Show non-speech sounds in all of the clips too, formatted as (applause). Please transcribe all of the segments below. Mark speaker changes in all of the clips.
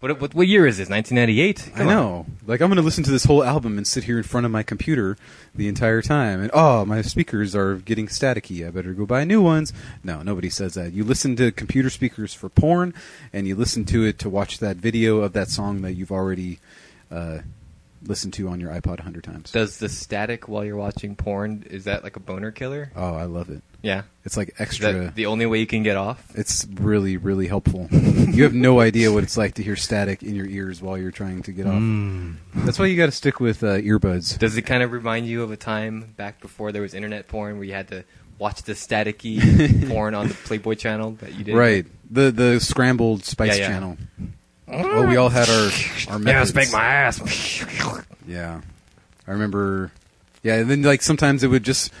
Speaker 1: What, what, what year is this? 1998?
Speaker 2: I know. Like I'm going to listen to this whole album and sit here in front of my computer the entire time. And oh, my speakers are getting staticky. I better go buy new ones. No, nobody says that. You listen to computer speakers for porn, and you listen to it to watch that video of that song that you've already uh, listened to on your iPod a hundred times.
Speaker 1: Does the static while you're watching porn, is that like a boner killer?
Speaker 2: oh, I love it.
Speaker 1: Yeah.
Speaker 2: It's like
Speaker 1: Is
Speaker 2: extra.
Speaker 1: that the only way you can get off?
Speaker 2: It's really, really helpful. you have no idea what it's like to hear static in your ears while you're trying to get off. That's why you got to stick with uh, earbuds.
Speaker 1: Does it kind of remind you of a time back before there was internet porn where you had to watch the
Speaker 2: (laughs)
Speaker 1: staticky porn on the Playboy channel that you did?
Speaker 2: Right. The the scrambled Spice
Speaker 1: Yeah, yeah.
Speaker 2: Channel. Well, we all
Speaker 1: (laughs)
Speaker 2: had our
Speaker 1: Yeah,
Speaker 2: our methods.
Speaker 1: spank my ass. (laughs)
Speaker 2: Yeah. I remember. Yeah, and then like sometimes it would just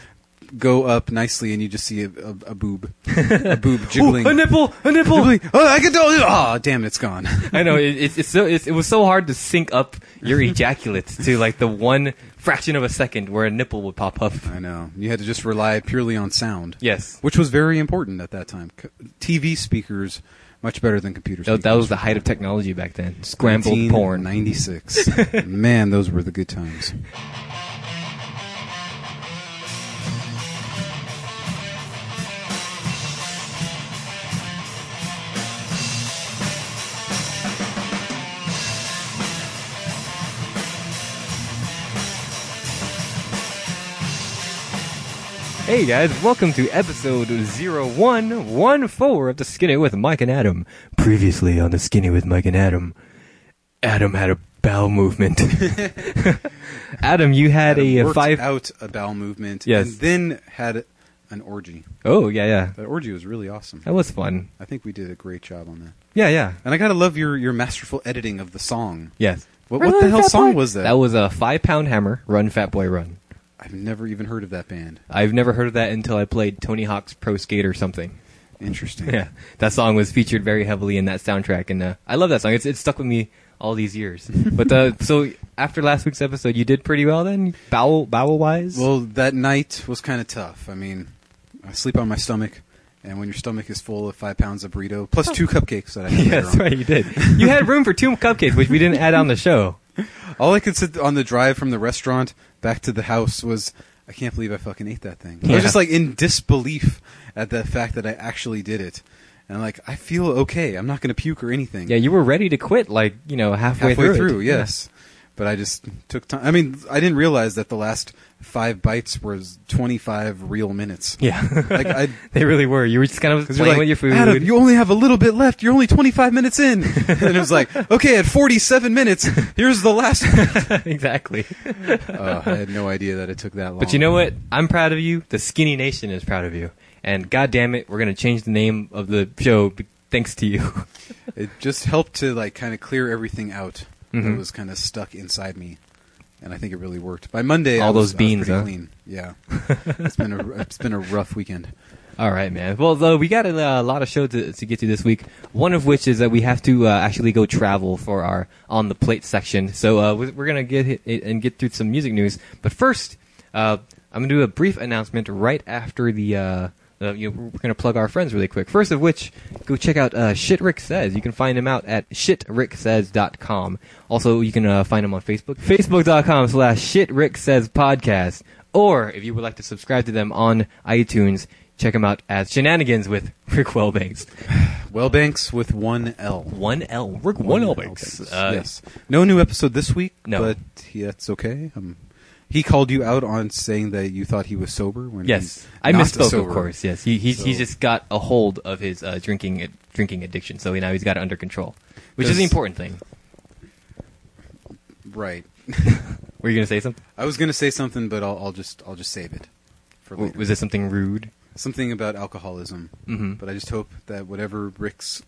Speaker 2: go up nicely, and you just see a, a, a boob,
Speaker 1: (laughs)
Speaker 2: a boob jiggling.
Speaker 1: a nipple, a nipple.
Speaker 2: Jiggling. Oh, I can do it. Oh, damn, it's gone. (laughs)
Speaker 1: I know it, it's it's so it's, it was so hard to sync up your ejaculates to like the one fraction of a second where a nipple would pop up.
Speaker 2: I know. You had to just rely purely on sound.
Speaker 1: Yes,
Speaker 2: which was very important at that time. C- TV speakers much better than computer speakers.
Speaker 1: that, that was the height of technology back then. Scrambled porn. (laughs)
Speaker 2: 96. Man, those were the good times.
Speaker 1: Hey guys, welcome to episode 0114 of the Skinny with Mike and Adam. Previously on the Skinny with Mike and Adam, Adam had a bowel
Speaker 2: (laughs)
Speaker 1: movement. Adam, you had
Speaker 2: Adam
Speaker 1: a
Speaker 2: worked
Speaker 1: five oh
Speaker 2: out a bowel movement
Speaker 1: Yes.
Speaker 2: and then had an orgy.
Speaker 1: Oh, yeah, yeah.
Speaker 2: That orgy was really awesome.
Speaker 1: That was fun.
Speaker 2: I think we did a great job on that.
Speaker 1: Yeah, yeah.
Speaker 2: And I got to love your your masterful editing of the song.
Speaker 1: Yes.
Speaker 2: What- what the hell
Speaker 1: Fat
Speaker 2: song
Speaker 1: Boy?
Speaker 2: was that?
Speaker 1: That was a five pound hammer, Run Fat Boy Run.
Speaker 2: I've never even heard of that band.
Speaker 1: I've never heard of that until I played Tony Hawk's Pro Skater something.
Speaker 2: Interesting.
Speaker 1: Yeah, that song was featured very heavily in that soundtrack, and uh, I love that song. It's it's stuck with me all these
Speaker 2: (laughs)
Speaker 1: years. but uh, so after last week's episode, you did pretty well then, bowel bowel wise. (laughs)
Speaker 2: Well, that night was kind of tough. I mean, I sleep on my stomach, and when your stomach is full of five pounds of burrito plus two cupcakes that
Speaker 1: (laughs)
Speaker 2: I had
Speaker 1: yeah,
Speaker 2: later
Speaker 1: that's
Speaker 2: on,
Speaker 1: Oh. right, you did. You had room for two cupcakes, which we didn't add on the show.
Speaker 2: All I could sit on the drive from the restaurant back to the house was, I can't believe I fucking ate that thing. I
Speaker 1: Yeah.
Speaker 2: was just like in disbelief at the fact that I actually did it. And like, I feel okay. I'm not going to puke or anything.
Speaker 1: Yeah, you were ready to quit, like you know, halfway,
Speaker 2: halfway through,
Speaker 1: it.
Speaker 2: yes. But I just took time. I mean, I didn't realize that the last five bites was 25 real minutes.
Speaker 1: Yeah, (laughs)
Speaker 2: Like, I.
Speaker 1: they really were. You were just kind of
Speaker 2: 'cause
Speaker 1: playing
Speaker 2: you're like,
Speaker 1: with your food.
Speaker 2: Adam, you only have a little bit left. You're only 25 minutes in. (laughs) and it was like, okay, at 47 minutes, here's
Speaker 1: (laughs)
Speaker 2: the last. (laughs)
Speaker 1: exactly.
Speaker 2: Uh, I had no idea that it took that long.
Speaker 1: But you know what? I'm proud of you. The Skinny Nation is proud of you. And god damn it, we're gonna change the name of the show b- thanks to you. (laughs)
Speaker 2: it just helped to like kind of clear everything out
Speaker 1: Mhm.
Speaker 2: that was kind of stuck inside me and i think it really worked by monday
Speaker 1: All
Speaker 2: I was-
Speaker 1: those
Speaker 2: I was
Speaker 1: beans,
Speaker 2: pretty
Speaker 1: huh?
Speaker 2: clean
Speaker 1: (laughs)
Speaker 2: yeah it's been a it's been a rough weekend
Speaker 1: All right, man. Well, though we got a, uh, lot of shows to, to get to this week. One of which is that we have to uh, actually go travel for our on the plate section. So uh, we- we're gonna get hit it and get through some music news. But first, uh, I'm gonna do a brief announcement right after the. Uh, uh, you know, we're gonna plug our friends really quick. First of which, go check out uh, Shit Rick Says. You can find him out at shitricksays.com. Also, you can uh, find him on Facebook, facebook.com slash Shit Rick Says Podcast. Or if you would like to subscribe to them on iTunes, check them out as Shenanigans with Rick Wellbanks.
Speaker 2: well banks with one l
Speaker 1: One L. Rick Uh,
Speaker 2: yes no new episode this week
Speaker 1: No.
Speaker 2: but he, that's okay um, he called you out on saying that you thought he was sober when
Speaker 1: Yes.
Speaker 2: he's
Speaker 1: I
Speaker 2: not
Speaker 1: misspoke,
Speaker 2: sober.
Speaker 1: of course. Yes. He, he's, he's
Speaker 2: So-
Speaker 1: just got a hold of his uh, drinking drinking addiction, so now he's got it under control, which is
Speaker 2: Does-
Speaker 1: the important thing.
Speaker 2: right
Speaker 1: Were you going to say something?
Speaker 2: i was going to say something but I'll, I'll just i'll just save it for
Speaker 1: W-
Speaker 2: later.
Speaker 1: Was it something rude?
Speaker 2: something about alcoholism
Speaker 1: Mhm.
Speaker 2: but i just hope that whatever rick's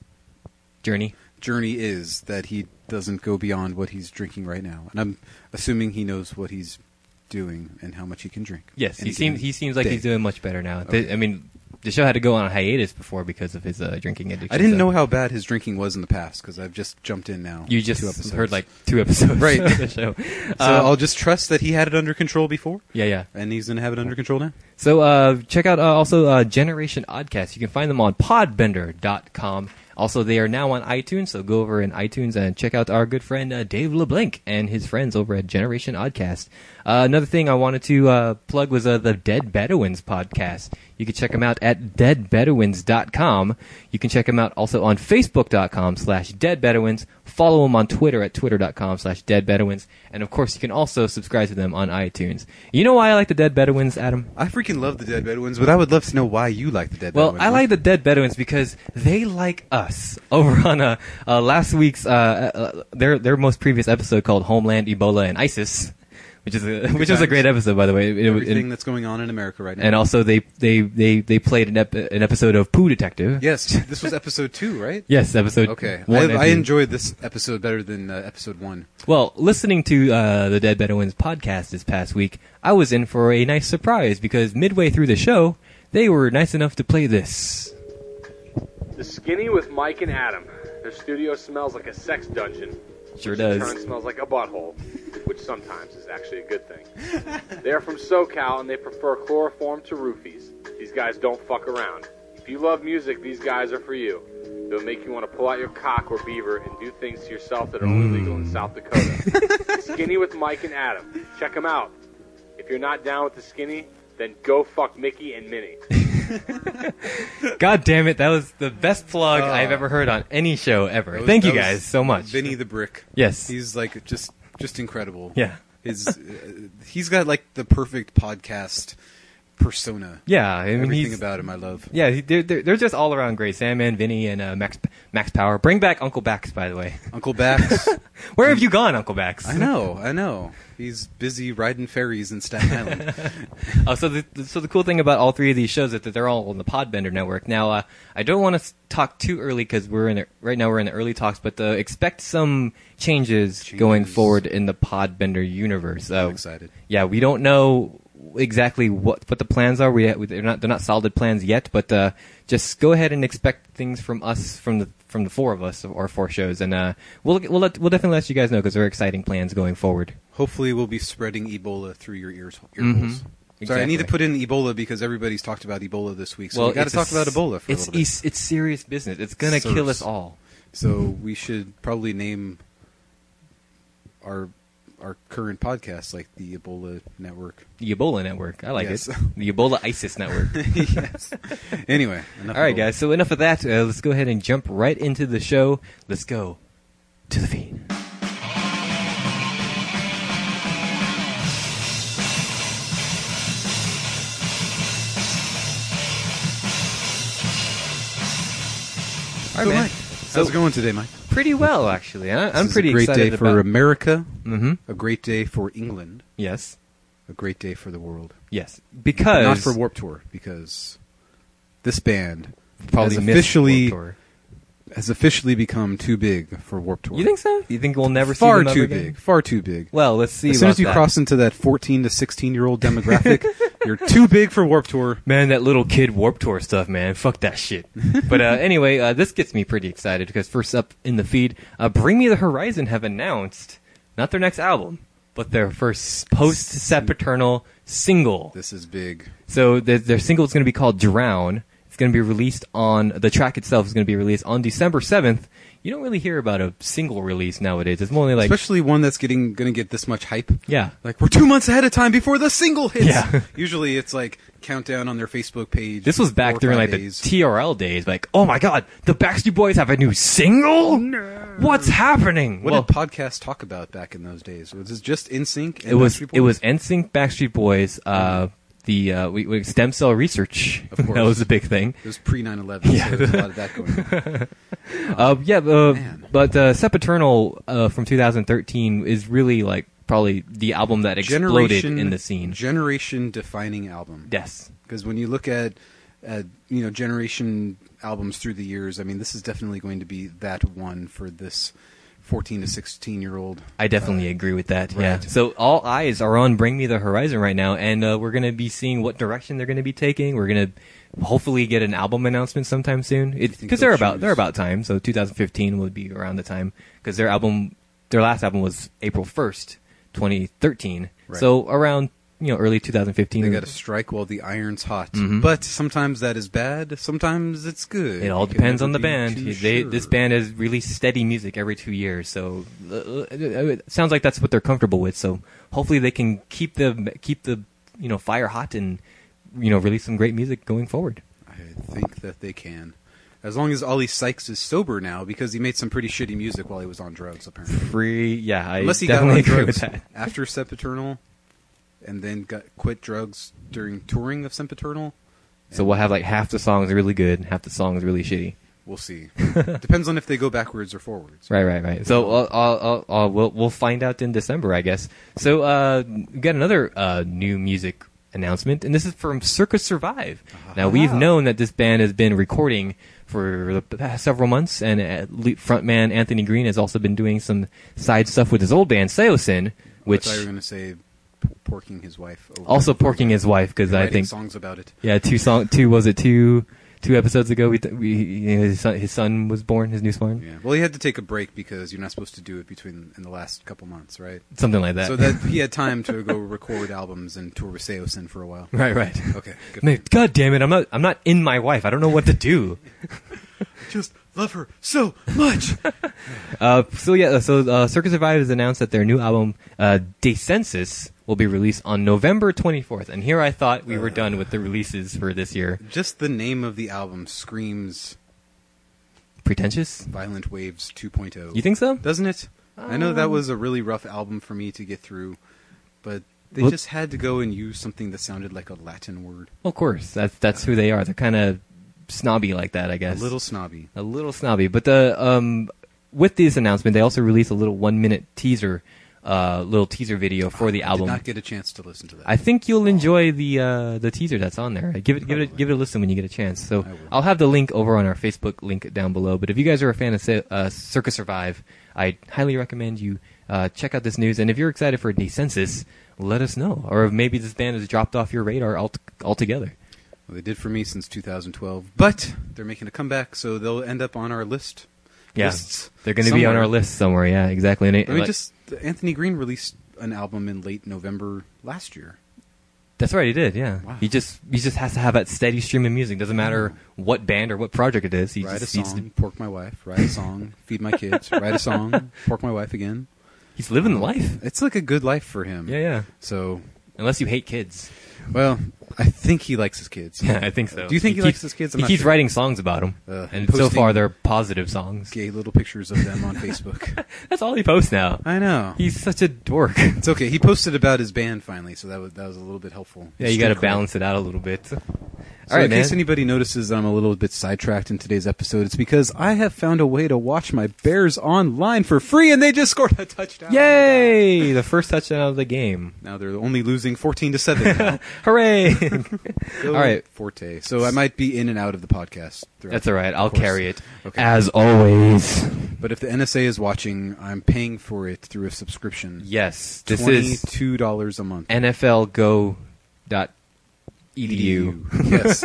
Speaker 1: Journey?
Speaker 2: journey is that he doesn't go beyond what he's drinking right now. And I'm assuming he knows what he's doing and how much he can drink.
Speaker 1: Yes.
Speaker 2: Any
Speaker 1: He seems,
Speaker 2: given
Speaker 1: he seems like
Speaker 2: day.
Speaker 1: he's doing much better now. The-
Speaker 2: Okay.
Speaker 1: I mean, the show had to go on a hiatus before because of his uh, drinking addiction.
Speaker 2: I didn't
Speaker 1: so
Speaker 2: know how bad his drinking was in the past because I've just jumped in now.
Speaker 1: You just
Speaker 2: two episodes.
Speaker 1: heard like two episodes (laughs)
Speaker 2: Right.
Speaker 1: of the show.
Speaker 2: So
Speaker 1: Uh,
Speaker 2: I'll just trust that he had it under control before,
Speaker 1: yeah, yeah.
Speaker 2: and he's going to have it under control now.
Speaker 1: So uh, check out uh, also uh, Generation Oddcast. You can find them on podbender.com. Also, they are now on iTunes, so go over in iTunes and check out our good friend uh, Dave LeBlanc and his friends over at Generation Oddcast. Uh, another thing I wanted to uh, plug was uh, the Dead Bedouins podcast. You can check them out at deadbedouins.com. You can check them out also on facebook.com slash deadbedouins. Follow them on Twitter at twitter.com slash deadbedouins. And of course, you can also subscribe to them on iTunes. You know why I like the Dead Bedouins, Adam?
Speaker 2: I freaking love the Dead Bedouins, but I would love to know why you like the Dead
Speaker 1: Well,
Speaker 2: Bedouins.
Speaker 1: I like the Dead Bedouins because they like us. (laughs) Over on uh, uh, last week's uh, uh, their their most previous episode called Homeland Ebola and ISIS, (laughs) which is a, which was a
Speaker 2: times.
Speaker 1: great episode by the way. It- it-
Speaker 2: everything
Speaker 1: and,
Speaker 2: that's going on in America right now.
Speaker 1: and also they they they they played an, ep- an episode of Pooh Detective.
Speaker 2: yes,
Speaker 1: (laughs)
Speaker 2: this was episode two, right?
Speaker 1: Yes, episode.
Speaker 2: Okay,
Speaker 1: one
Speaker 2: I,
Speaker 1: and
Speaker 2: I
Speaker 1: two.
Speaker 2: enjoyed this episode better than uh, episode one.
Speaker 1: Well, listening to uh, the Dead Bedouins podcast this past week, I was in for a nice surprise because midway through the show, they were nice enough to play this.
Speaker 3: The skinny with Mike and Adam. Their studio smells like a sex dungeon.
Speaker 1: Sure
Speaker 3: which In
Speaker 1: does.
Speaker 3: turn smells like a butthole, which sometimes is actually a good
Speaker 1: (laughs)
Speaker 3: thing. they are from SoCal and they prefer chloroform to roofies. These guys don't fuck around. If you love music, these guys are for you. They'll make you want to pull out your cock or beaver and do things to yourself that are only legal
Speaker 1: Mm.
Speaker 3: in
Speaker 1: (laughs)
Speaker 3: South Dakota. skinny with Mike and Adam. Check them out. If you're not down with the skinny, then go fuck Mickey and Minnie.
Speaker 1: God damn it, that was the best plug I've ever heard on any show ever.
Speaker 2: Uh, That was-
Speaker 1: Thank you
Speaker 2: that was
Speaker 1: guys so much.
Speaker 2: Vinny the Brick.
Speaker 1: Yes.
Speaker 2: he's like just just incredible.
Speaker 1: Yeah.
Speaker 2: his uh, he's got like the perfect podcast persona.
Speaker 1: yeah, I mean,
Speaker 2: Everything
Speaker 1: he's-
Speaker 2: about him I love.
Speaker 1: yeah, he- they're, they're, they're just all around great. Sandman, Vinny, and uh, Max Max Power. Bring back Uncle Bax, by the way. (laughs)
Speaker 2: Uncle Bax.
Speaker 1: Where have you gone, Uncle Bax?
Speaker 2: I know, I know. He's busy riding ferries in Staten
Speaker 1: (laughs)
Speaker 2: Island.
Speaker 1: Oh, so the the- so the cool thing about all three of these shows is that they're all on the Podbender network. Now, uh, I don't want to talk too early because we're in the, right now we're in the early talks, but uh, expect some changes, going
Speaker 2: Changes.
Speaker 1: forward in the Podbender universe. Uh,
Speaker 2: I'm excited.
Speaker 1: Yeah, we don't know exactly what what the plans are. We they're not they're not solid plans yet, but uh, just go ahead and expect things from us from the from the four of us or four shows, and uh, we'll we'll let, we'll definitely let you guys know because there are exciting plans going forward.
Speaker 2: Hopefully, we'll be spreading Ebola through your ears. Ear holes. Sorry, I
Speaker 1: Mm-hmm. Exactly.
Speaker 2: need to put in Ebola because everybody's talked about Ebola this week. So we got to
Speaker 1: it's
Speaker 2: talk
Speaker 1: a
Speaker 2: about
Speaker 1: s-
Speaker 2: Ebola for
Speaker 1: it's
Speaker 2: a little bit.
Speaker 1: es- it's serious business. It's gonna
Speaker 2: Serious.
Speaker 1: kill us all.
Speaker 2: So we should probably name our our current podcast like the Ebola (laughs) Network.
Speaker 1: The Ebola network. I like
Speaker 2: Yes.
Speaker 1: it. The Ebola ISIS
Speaker 2: (laughs)
Speaker 1: network.
Speaker 2: yes. Anyway, enough
Speaker 1: all right,
Speaker 2: Ebola.
Speaker 1: guys. So enough of that. Uh, let's go ahead and jump right into the show. Let's go to the feed. All right,
Speaker 2: So,
Speaker 1: man.
Speaker 2: Mike,
Speaker 1: So-
Speaker 2: how's it going today, Mike?
Speaker 1: Pretty well, actually. I, I'm
Speaker 2: This is
Speaker 1: pretty
Speaker 2: a great
Speaker 1: excited
Speaker 2: day for
Speaker 1: about.
Speaker 2: America.
Speaker 1: mm-hmm.
Speaker 2: A great day for England.
Speaker 1: Yes.
Speaker 2: A great day for the world.
Speaker 1: Yes, because
Speaker 2: Not for Warp Tour because this band
Speaker 1: probably
Speaker 2: has
Speaker 1: missed
Speaker 2: officially
Speaker 1: Warped
Speaker 2: has officially become too big for Warp Tour.
Speaker 1: Tour. You think so? You think we'll never
Speaker 2: far
Speaker 1: see them
Speaker 2: too
Speaker 1: ever again?
Speaker 2: big, far too big.
Speaker 1: Well, let's see.
Speaker 2: as soon
Speaker 1: about
Speaker 2: as you
Speaker 1: that.
Speaker 2: cross into that 14 to 16 year
Speaker 1: (laughs)
Speaker 2: old demographic, you're too big for Warp Tour.
Speaker 1: Man, that little kid warp tour stuff, man. Fuck that shit. but uh, anyway, uh, this gets me pretty excited because first up in the feed, uh, Bring Me the Horizon have announced not their next album, but their first post sepaternal single.
Speaker 2: This is big.
Speaker 1: So their, their single is going to be called Drown. It's going to be released on the track itself is going to be released on December seventh. You don't really hear about a single release nowadays. It's more like
Speaker 2: Especially one that's getting going to get this much hype.
Speaker 1: yeah,
Speaker 2: Like we're two months ahead of time before the single hits.
Speaker 1: Yeah.
Speaker 2: (laughs) Usually it's like countdown on their Facebook page.
Speaker 1: This was
Speaker 2: four
Speaker 1: back
Speaker 2: or
Speaker 1: during
Speaker 2: five
Speaker 1: like
Speaker 2: days.
Speaker 1: the TRL days. Like, oh my god, the Backstreet Boys have a new single. No. What's happening?
Speaker 2: What
Speaker 1: well,
Speaker 2: did podcasts talk about back in those days? Was it just in sync?
Speaker 1: it was it was NSYNC, Backstreet Boys, uh, the uh, we, we stem cell research. (laughs)
Speaker 2: Of course.
Speaker 1: that was a big thing.
Speaker 2: It was pre
Speaker 1: (laughs)
Speaker 2: 9 11, yeah. so there's a lot of that going on.
Speaker 1: Uh, yeah, uh,
Speaker 2: Man.
Speaker 1: but uh, Sepaternal uh, from 2013 is really like probably the album that (laughs) exploded in the scene.
Speaker 2: Generation defining album.
Speaker 1: yes.
Speaker 2: Because when you look at, at, you know, generation albums through the years, I mean, this is definitely going to be that one for this 14 to 16 year old.
Speaker 1: I definitely agree with that. Yeah.
Speaker 2: right.
Speaker 1: So all eyes are on Bring Me the Horizon right now, and uh, we're going to be seeing what direction they're going to be taking. We're going to hopefully get an album announcement sometime soon
Speaker 2: think
Speaker 1: because they're
Speaker 2: they'll
Speaker 1: about they're
Speaker 2: choose-
Speaker 1: about time. So 2015 would be around the time because their album, their last album was April 1st, 2013.
Speaker 2: Right.
Speaker 1: So around you know early 2015.
Speaker 2: They got to strike while the iron's hot. But sometimes that is bad. Sometimes it's good.
Speaker 1: Mm-hmm. It all
Speaker 2: You can
Speaker 1: depends
Speaker 2: never
Speaker 1: on the
Speaker 2: be
Speaker 1: band.
Speaker 2: too
Speaker 1: They,
Speaker 2: sure.
Speaker 1: This band has released steady music every two years, so uh, uh, it sounds like that's what they're comfortable with. So hopefully they can keep the keep the you know fire hot and you know release some great music going forward.
Speaker 2: I think that they can. As long as Ollie Sykes is sober now, because he made some pretty shitty music while he was on drugs, apparently.
Speaker 1: Free, yeah, I
Speaker 2: Unless he got
Speaker 1: definitely
Speaker 2: on
Speaker 1: agree
Speaker 2: drugs
Speaker 1: with that. (laughs)
Speaker 2: after Sepaternal, and then got quit drugs during touring of Sepaternal.
Speaker 1: So we'll have like half the songs really good, half the songs really shitty. (laughs)
Speaker 2: We'll see. Depends on if they go backwards or forwards.
Speaker 1: Right, right, right. So uh, I'll, I'll, I'll, I'll, we'll we'll find out in December, I guess. So uh, we got another uh, new music announcement, and this is from Circus Survive. Now we've known that this band has been recording for the past several months, and at le- frontman Anthony Green has also been doing some side stuff with his old band Seosin,
Speaker 2: Which
Speaker 1: which
Speaker 2: I thought you were going to say, p- porking his wife. Over
Speaker 1: also porking his wife because I
Speaker 2: writing
Speaker 1: think
Speaker 2: songs about it.
Speaker 1: yeah, two song two was it two two episodes ago we, we his son his son was born his new son
Speaker 2: Yeah. Well, he had to take a break because you're not supposed to do it between in the last couple months, right?
Speaker 1: something like that.
Speaker 2: So that he had time to go record albums and tour with Seosin for a while.
Speaker 1: (laughs) right, right.
Speaker 2: Okay. Good.
Speaker 1: Man, God damn it! I'm not. I'm not in my wife. I don't know what to do.
Speaker 2: Just love her so much.
Speaker 1: (laughs) Uh, so yeah. So uh, Circus Survive has announced that their new album uh, Decensus will be released on November 24th. And here I thought we were done with the releases for this year.
Speaker 2: (laughs) Just the name of the album screams
Speaker 1: Pretentious?
Speaker 2: Violent Waves 2.0.
Speaker 1: You think so? Um.
Speaker 2: Doesn't it? I know that was a really rough album for me to get through, but they
Speaker 1: Well-
Speaker 2: just had to go and use something that sounded like a Latin word.
Speaker 1: Of course. That's that's who they are. They're kind of snobby like that, I guess.
Speaker 2: A little snobby.
Speaker 1: a little snobby. But the um, with this announcement, they also released a little one minute teaser, uh, little teaser video for the album.
Speaker 2: Did not get a chance to listen to that.
Speaker 1: I think you'll enjoy the uh, the teaser that's on there. Give it give it
Speaker 2: Probably.
Speaker 1: give it a listen when you get a chance. So
Speaker 2: I will.
Speaker 1: I'll have the link over on our Facebook link down below. But if you guys are a fan of Sa- uh, Circus Survive, I highly recommend you uh, check out this news. And if you're excited for Decensus, let us know. Or if maybe this band has dropped off your radar alt- altogether.
Speaker 2: well, they did for me since 2012, but they're making a comeback, so they'll end up on our list.
Speaker 1: Yes,
Speaker 2: Lists
Speaker 1: they're going to be on
Speaker 2: somewhere.
Speaker 1: our list somewhere. Yeah, exactly. And it-
Speaker 2: I mean,
Speaker 1: like-
Speaker 2: just Anthony Green released an album in late November last year.
Speaker 1: That's right, he did. Yeah,
Speaker 2: Wow.
Speaker 1: he just he just has to have that steady stream of music. Doesn't matter what band or what project it is. He
Speaker 2: write a
Speaker 1: just needs to,
Speaker 2: song, pork my wife. Write a
Speaker 1: (laughs)
Speaker 2: song, feed my kids. Write a song, pork my wife again.
Speaker 1: he's living the life.
Speaker 2: It's like a good life for him.
Speaker 1: Yeah, yeah.
Speaker 2: So,
Speaker 1: Unless you hate kids.
Speaker 2: well, I think he likes his kids.
Speaker 1: (laughs) Yeah, I think so.
Speaker 2: Do you think he likes
Speaker 1: keeps-
Speaker 2: his kids? I'm
Speaker 1: He
Speaker 2: not
Speaker 1: keeps
Speaker 2: sure.
Speaker 1: writing songs about them,
Speaker 2: Uh,
Speaker 1: and
Speaker 2: posting-
Speaker 1: so far they're positive songs.
Speaker 2: Gay little pictures
Speaker 1: (laughs)
Speaker 2: of them on Facebook.
Speaker 1: That's all he posts now.
Speaker 2: I know.
Speaker 1: He's such a
Speaker 2: (laughs)
Speaker 1: dork. (laughs)
Speaker 2: it's okay. He posted about his band finally, so that was that was a little bit helpful.
Speaker 1: yeah, you got to
Speaker 2: Street cred.
Speaker 1: balance it out a little bit. All
Speaker 2: So
Speaker 1: right,
Speaker 2: in
Speaker 1: man.
Speaker 2: case anybody notices I'm a little bit sidetracked in today's episode, it's because I have found a way to watch my Bears online for free, and they just (laughs) scored a touchdown.
Speaker 1: Yay! The first touchdown of the game.
Speaker 2: Now they're only losing 14
Speaker 1: (laughs)
Speaker 2: to seven.
Speaker 1: Hooray!
Speaker 2: Go
Speaker 1: All right.
Speaker 2: Forte. So I might be in and out of the podcast. throughout
Speaker 1: That's all right.
Speaker 2: the
Speaker 1: I'll
Speaker 2: course.
Speaker 1: carry it
Speaker 2: Okay.
Speaker 1: as always.
Speaker 2: But if the NSA is watching, I'm paying for it through a subscription.
Speaker 1: Yes, this is
Speaker 2: twenty-two dollars a month.
Speaker 1: nflgo.edu.
Speaker 2: E
Speaker 1: (laughs)
Speaker 2: EDU. yes.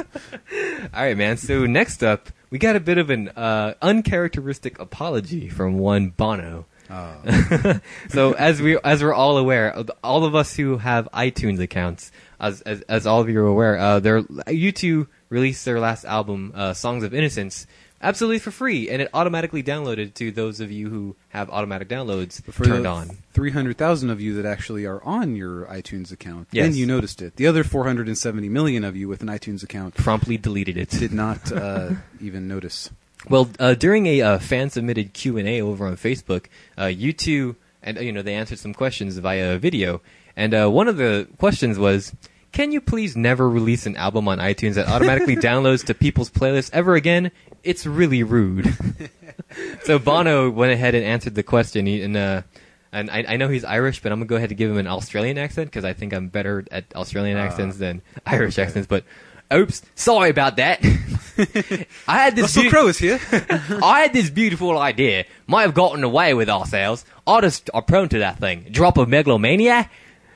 Speaker 1: All right, man. So next up, we got a bit of an uh, uncharacteristic apology from one Bono.
Speaker 2: Uh,
Speaker 1: (laughs) so as we as we're all aware, all of us who have iTunes accounts, as as, as all of you are aware, uh, their U2 released their last album, uh, Songs of Innocence, absolutely for free, and it automatically downloaded to those of you who have automatic downloads
Speaker 2: for
Speaker 1: turned
Speaker 2: the
Speaker 1: on.
Speaker 2: Three hundred thousand of you that actually are on your iTunes account, then
Speaker 1: Yes.
Speaker 2: you noticed it. The other four hundred and seventy million of you with an iTunes account
Speaker 1: Promptly deleted it.
Speaker 2: did not uh, even notice.
Speaker 1: Well, uh, during a uh, fan submitted Q and A over on Facebook, uh, you two and uh, you know they answered some questions via video, and uh, one of the questions was, "Can you please never release an album on iTunes that
Speaker 2: (laughs)
Speaker 1: automatically downloads to people's playlists ever again? It's really
Speaker 2: (laughs)
Speaker 1: rude." so Bono went ahead and answered the question, he, and uh, and I, I know he's Irish, but I'm gonna go ahead and give him an Australian accent because I think I'm better at
Speaker 2: Ah,
Speaker 1: Australian accents than Irish accents. But oops, sorry about that. (laughs) I had this.
Speaker 2: (laughs) Russell
Speaker 1: beaut-
Speaker 2: Crowe is
Speaker 1: (laughs)
Speaker 2: here.
Speaker 1: I had this beautiful idea. Might have gotten away with ourselves. I just are prone to that thing. Drop of megalomania,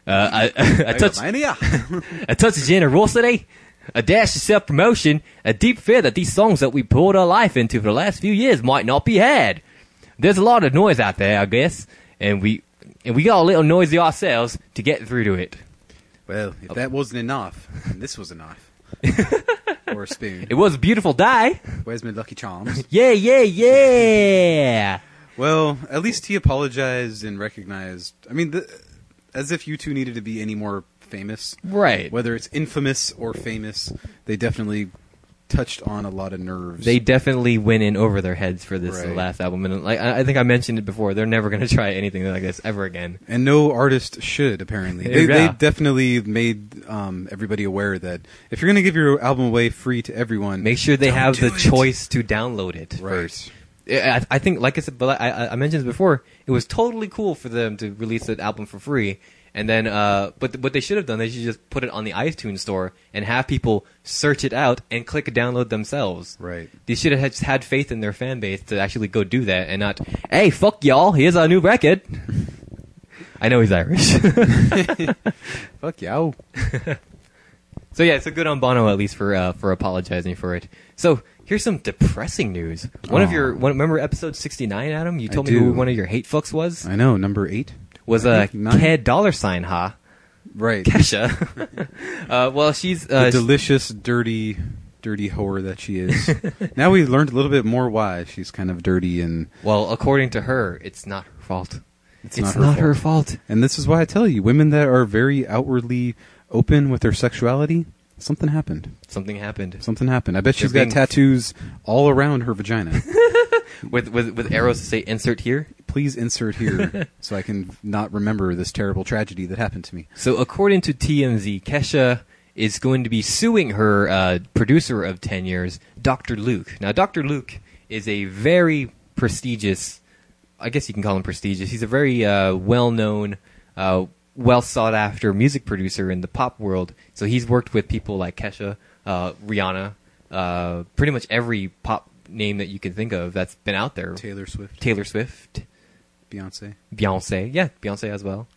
Speaker 1: uh, a, (laughs) a touch, (laughs)
Speaker 2: Mania.
Speaker 1: a touch of generosity, a dash of self promotion, a deep fear that these songs that we poured our life into for the last few years might not be had. There's a lot of noise out there, I guess, and we and we got a little noisy ourselves to get through to it.
Speaker 2: Well, if
Speaker 1: Oh.
Speaker 2: that wasn't enough, then this
Speaker 1: (laughs)
Speaker 2: was enough. or a spoon.
Speaker 1: It was a beautiful day.
Speaker 2: Where's my
Speaker 1: (laughs)
Speaker 2: lucky charms?
Speaker 1: Yeah, yeah, yeah.
Speaker 2: Well, at least he apologized and recognized. I mean, the, as if you two needed to be any more famous.
Speaker 1: Right.
Speaker 2: Whether it's infamous or famous, they definitely touched on a lot of nerves.
Speaker 1: They definitely went in over their heads for this
Speaker 2: Right.
Speaker 1: last album, and like I I think I mentioned it before, they're never going to (laughs) try anything like this ever again.
Speaker 2: and no artist should apparently.
Speaker 1: Yeah.
Speaker 2: They, they definitely made um, everybody aware that if you're going to give your album away free to everyone,
Speaker 1: Make sure they
Speaker 2: don't
Speaker 1: have
Speaker 2: do
Speaker 1: the
Speaker 2: it.
Speaker 1: choice to download it
Speaker 2: Right.
Speaker 1: first. I, I think, like I said, but I- I, I mentioned this before. It was totally cool for them to release the album for free, and then, uh, but what they should have done, they should just put it on the iTunes store and have people search it out and click download themselves.
Speaker 2: Right.
Speaker 1: They should have had- just had faith in their fan base to actually go do that and not, hey, fuck y'all, here's our new record. (laughs) I know he's Irish. (laughs)
Speaker 2: Fuck yeah. Oh,
Speaker 1: So yeah, so good on Bono at least for uh, for apologizing for it. So here's some depressing news. One of
Speaker 2: Aw.
Speaker 1: your one, remember episode 69, Adam? You
Speaker 2: I
Speaker 1: told me who
Speaker 2: do.
Speaker 1: one of your hate fucks was
Speaker 2: I know, number eight.
Speaker 1: was
Speaker 2: I
Speaker 1: a
Speaker 2: think nine.
Speaker 1: Ked dollar sign, huh?
Speaker 2: Right.
Speaker 1: Kesha. (laughs) uh, well, she's
Speaker 2: the
Speaker 1: uh, she-
Speaker 2: delicious, dirty, dirty whore that she is.
Speaker 1: (laughs)
Speaker 2: now we learned a little bit more why she's kind of dirty, and
Speaker 1: well, according to her, it's not her fault. It's,
Speaker 2: not
Speaker 1: not,
Speaker 2: her
Speaker 1: her fault.
Speaker 2: and this is why I tell you, women that are very outwardly open with their sexuality, something happened.
Speaker 1: Something happened
Speaker 2: Something happened. I bet she's
Speaker 1: They're
Speaker 2: got
Speaker 1: being-
Speaker 2: tattoos all around her vagina.
Speaker 1: with with with arrows to say insert here.
Speaker 2: Please
Speaker 1: (laughs)
Speaker 2: insert here so I can not remember this terrible tragedy that happened to me.
Speaker 1: So according to TMZ, Kesha is going to be suing her uh, producer of 10 years, Dr. Luke. Now, Dr. Luke is a very prestigious, I guess you can call him prestigious. He's a very uh, well-known, uh, well-sought-after music producer in the pop world. So he's worked with people like Kesha, uh, Rihanna, uh, pretty much every pop name that you can think of that's been out there.
Speaker 2: Taylor Swift,
Speaker 1: Taylor Swift,
Speaker 2: Beyonce,
Speaker 1: Beyonce, yeah, Beyonce as well.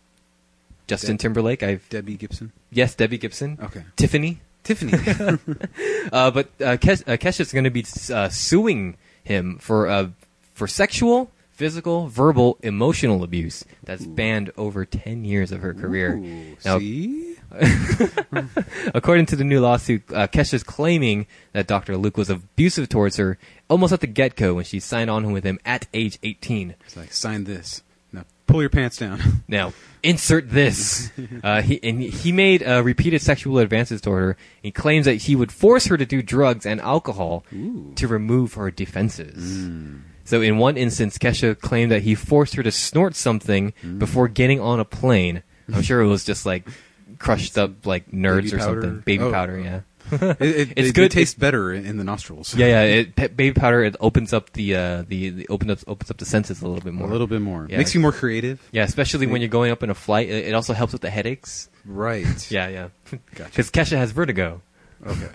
Speaker 1: Justin
Speaker 2: Deb-
Speaker 1: Timberlake, I've
Speaker 2: Debbie Gibson.
Speaker 1: Yes, Debbie Gibson.
Speaker 2: Okay.
Speaker 1: Tiffany.
Speaker 2: Tiffany.
Speaker 1: (laughs) Uh, but uh, Kes- uh, Kesha's going to be uh, suing him for uh, for sexual, physical, verbal, emotional abuse that's banned over 10 years of her career.
Speaker 2: Ooh,
Speaker 1: Now,
Speaker 2: see?
Speaker 1: According to the new lawsuit, uh, Kesha's claiming that Dr. Luke was abusive towards her almost at the get go when she signed on with him at age 18.
Speaker 2: It's like, sign this. Now, pull your
Speaker 1: (laughs)
Speaker 2: pants down.
Speaker 1: Now, insert this.
Speaker 2: (laughs)
Speaker 1: Uh, he, and he made uh, repeated sexual advances toward her. He claims that he would force her to do drugs and alcohol to remove her defenses.
Speaker 2: Mm.
Speaker 1: So, in one instance, Kesha claimed that he forced her to snort something
Speaker 2: Mm.
Speaker 1: before getting on a plane. I'm sure it was just like crushed up like nerds
Speaker 2: Baby
Speaker 1: or
Speaker 2: powder?
Speaker 1: something. Baby
Speaker 2: Oh.
Speaker 1: powder, yeah.
Speaker 2: It, it,
Speaker 1: It's
Speaker 2: they- they
Speaker 1: good-
Speaker 2: taste better in in the nostrils.
Speaker 1: Yeah, yeah. It, pe- baby powder it opens up the uh, the, the opens up opens up the senses a little bit more.
Speaker 2: A little bit more.
Speaker 1: Yeah.
Speaker 2: Makes you more creative.
Speaker 1: Yeah, especially when you're going up in a flight. It it also helps with the headaches.
Speaker 2: Right.
Speaker 1: Yeah, yeah. Because
Speaker 2: Gotcha.
Speaker 1: Kesha has vertigo.
Speaker 2: Okay.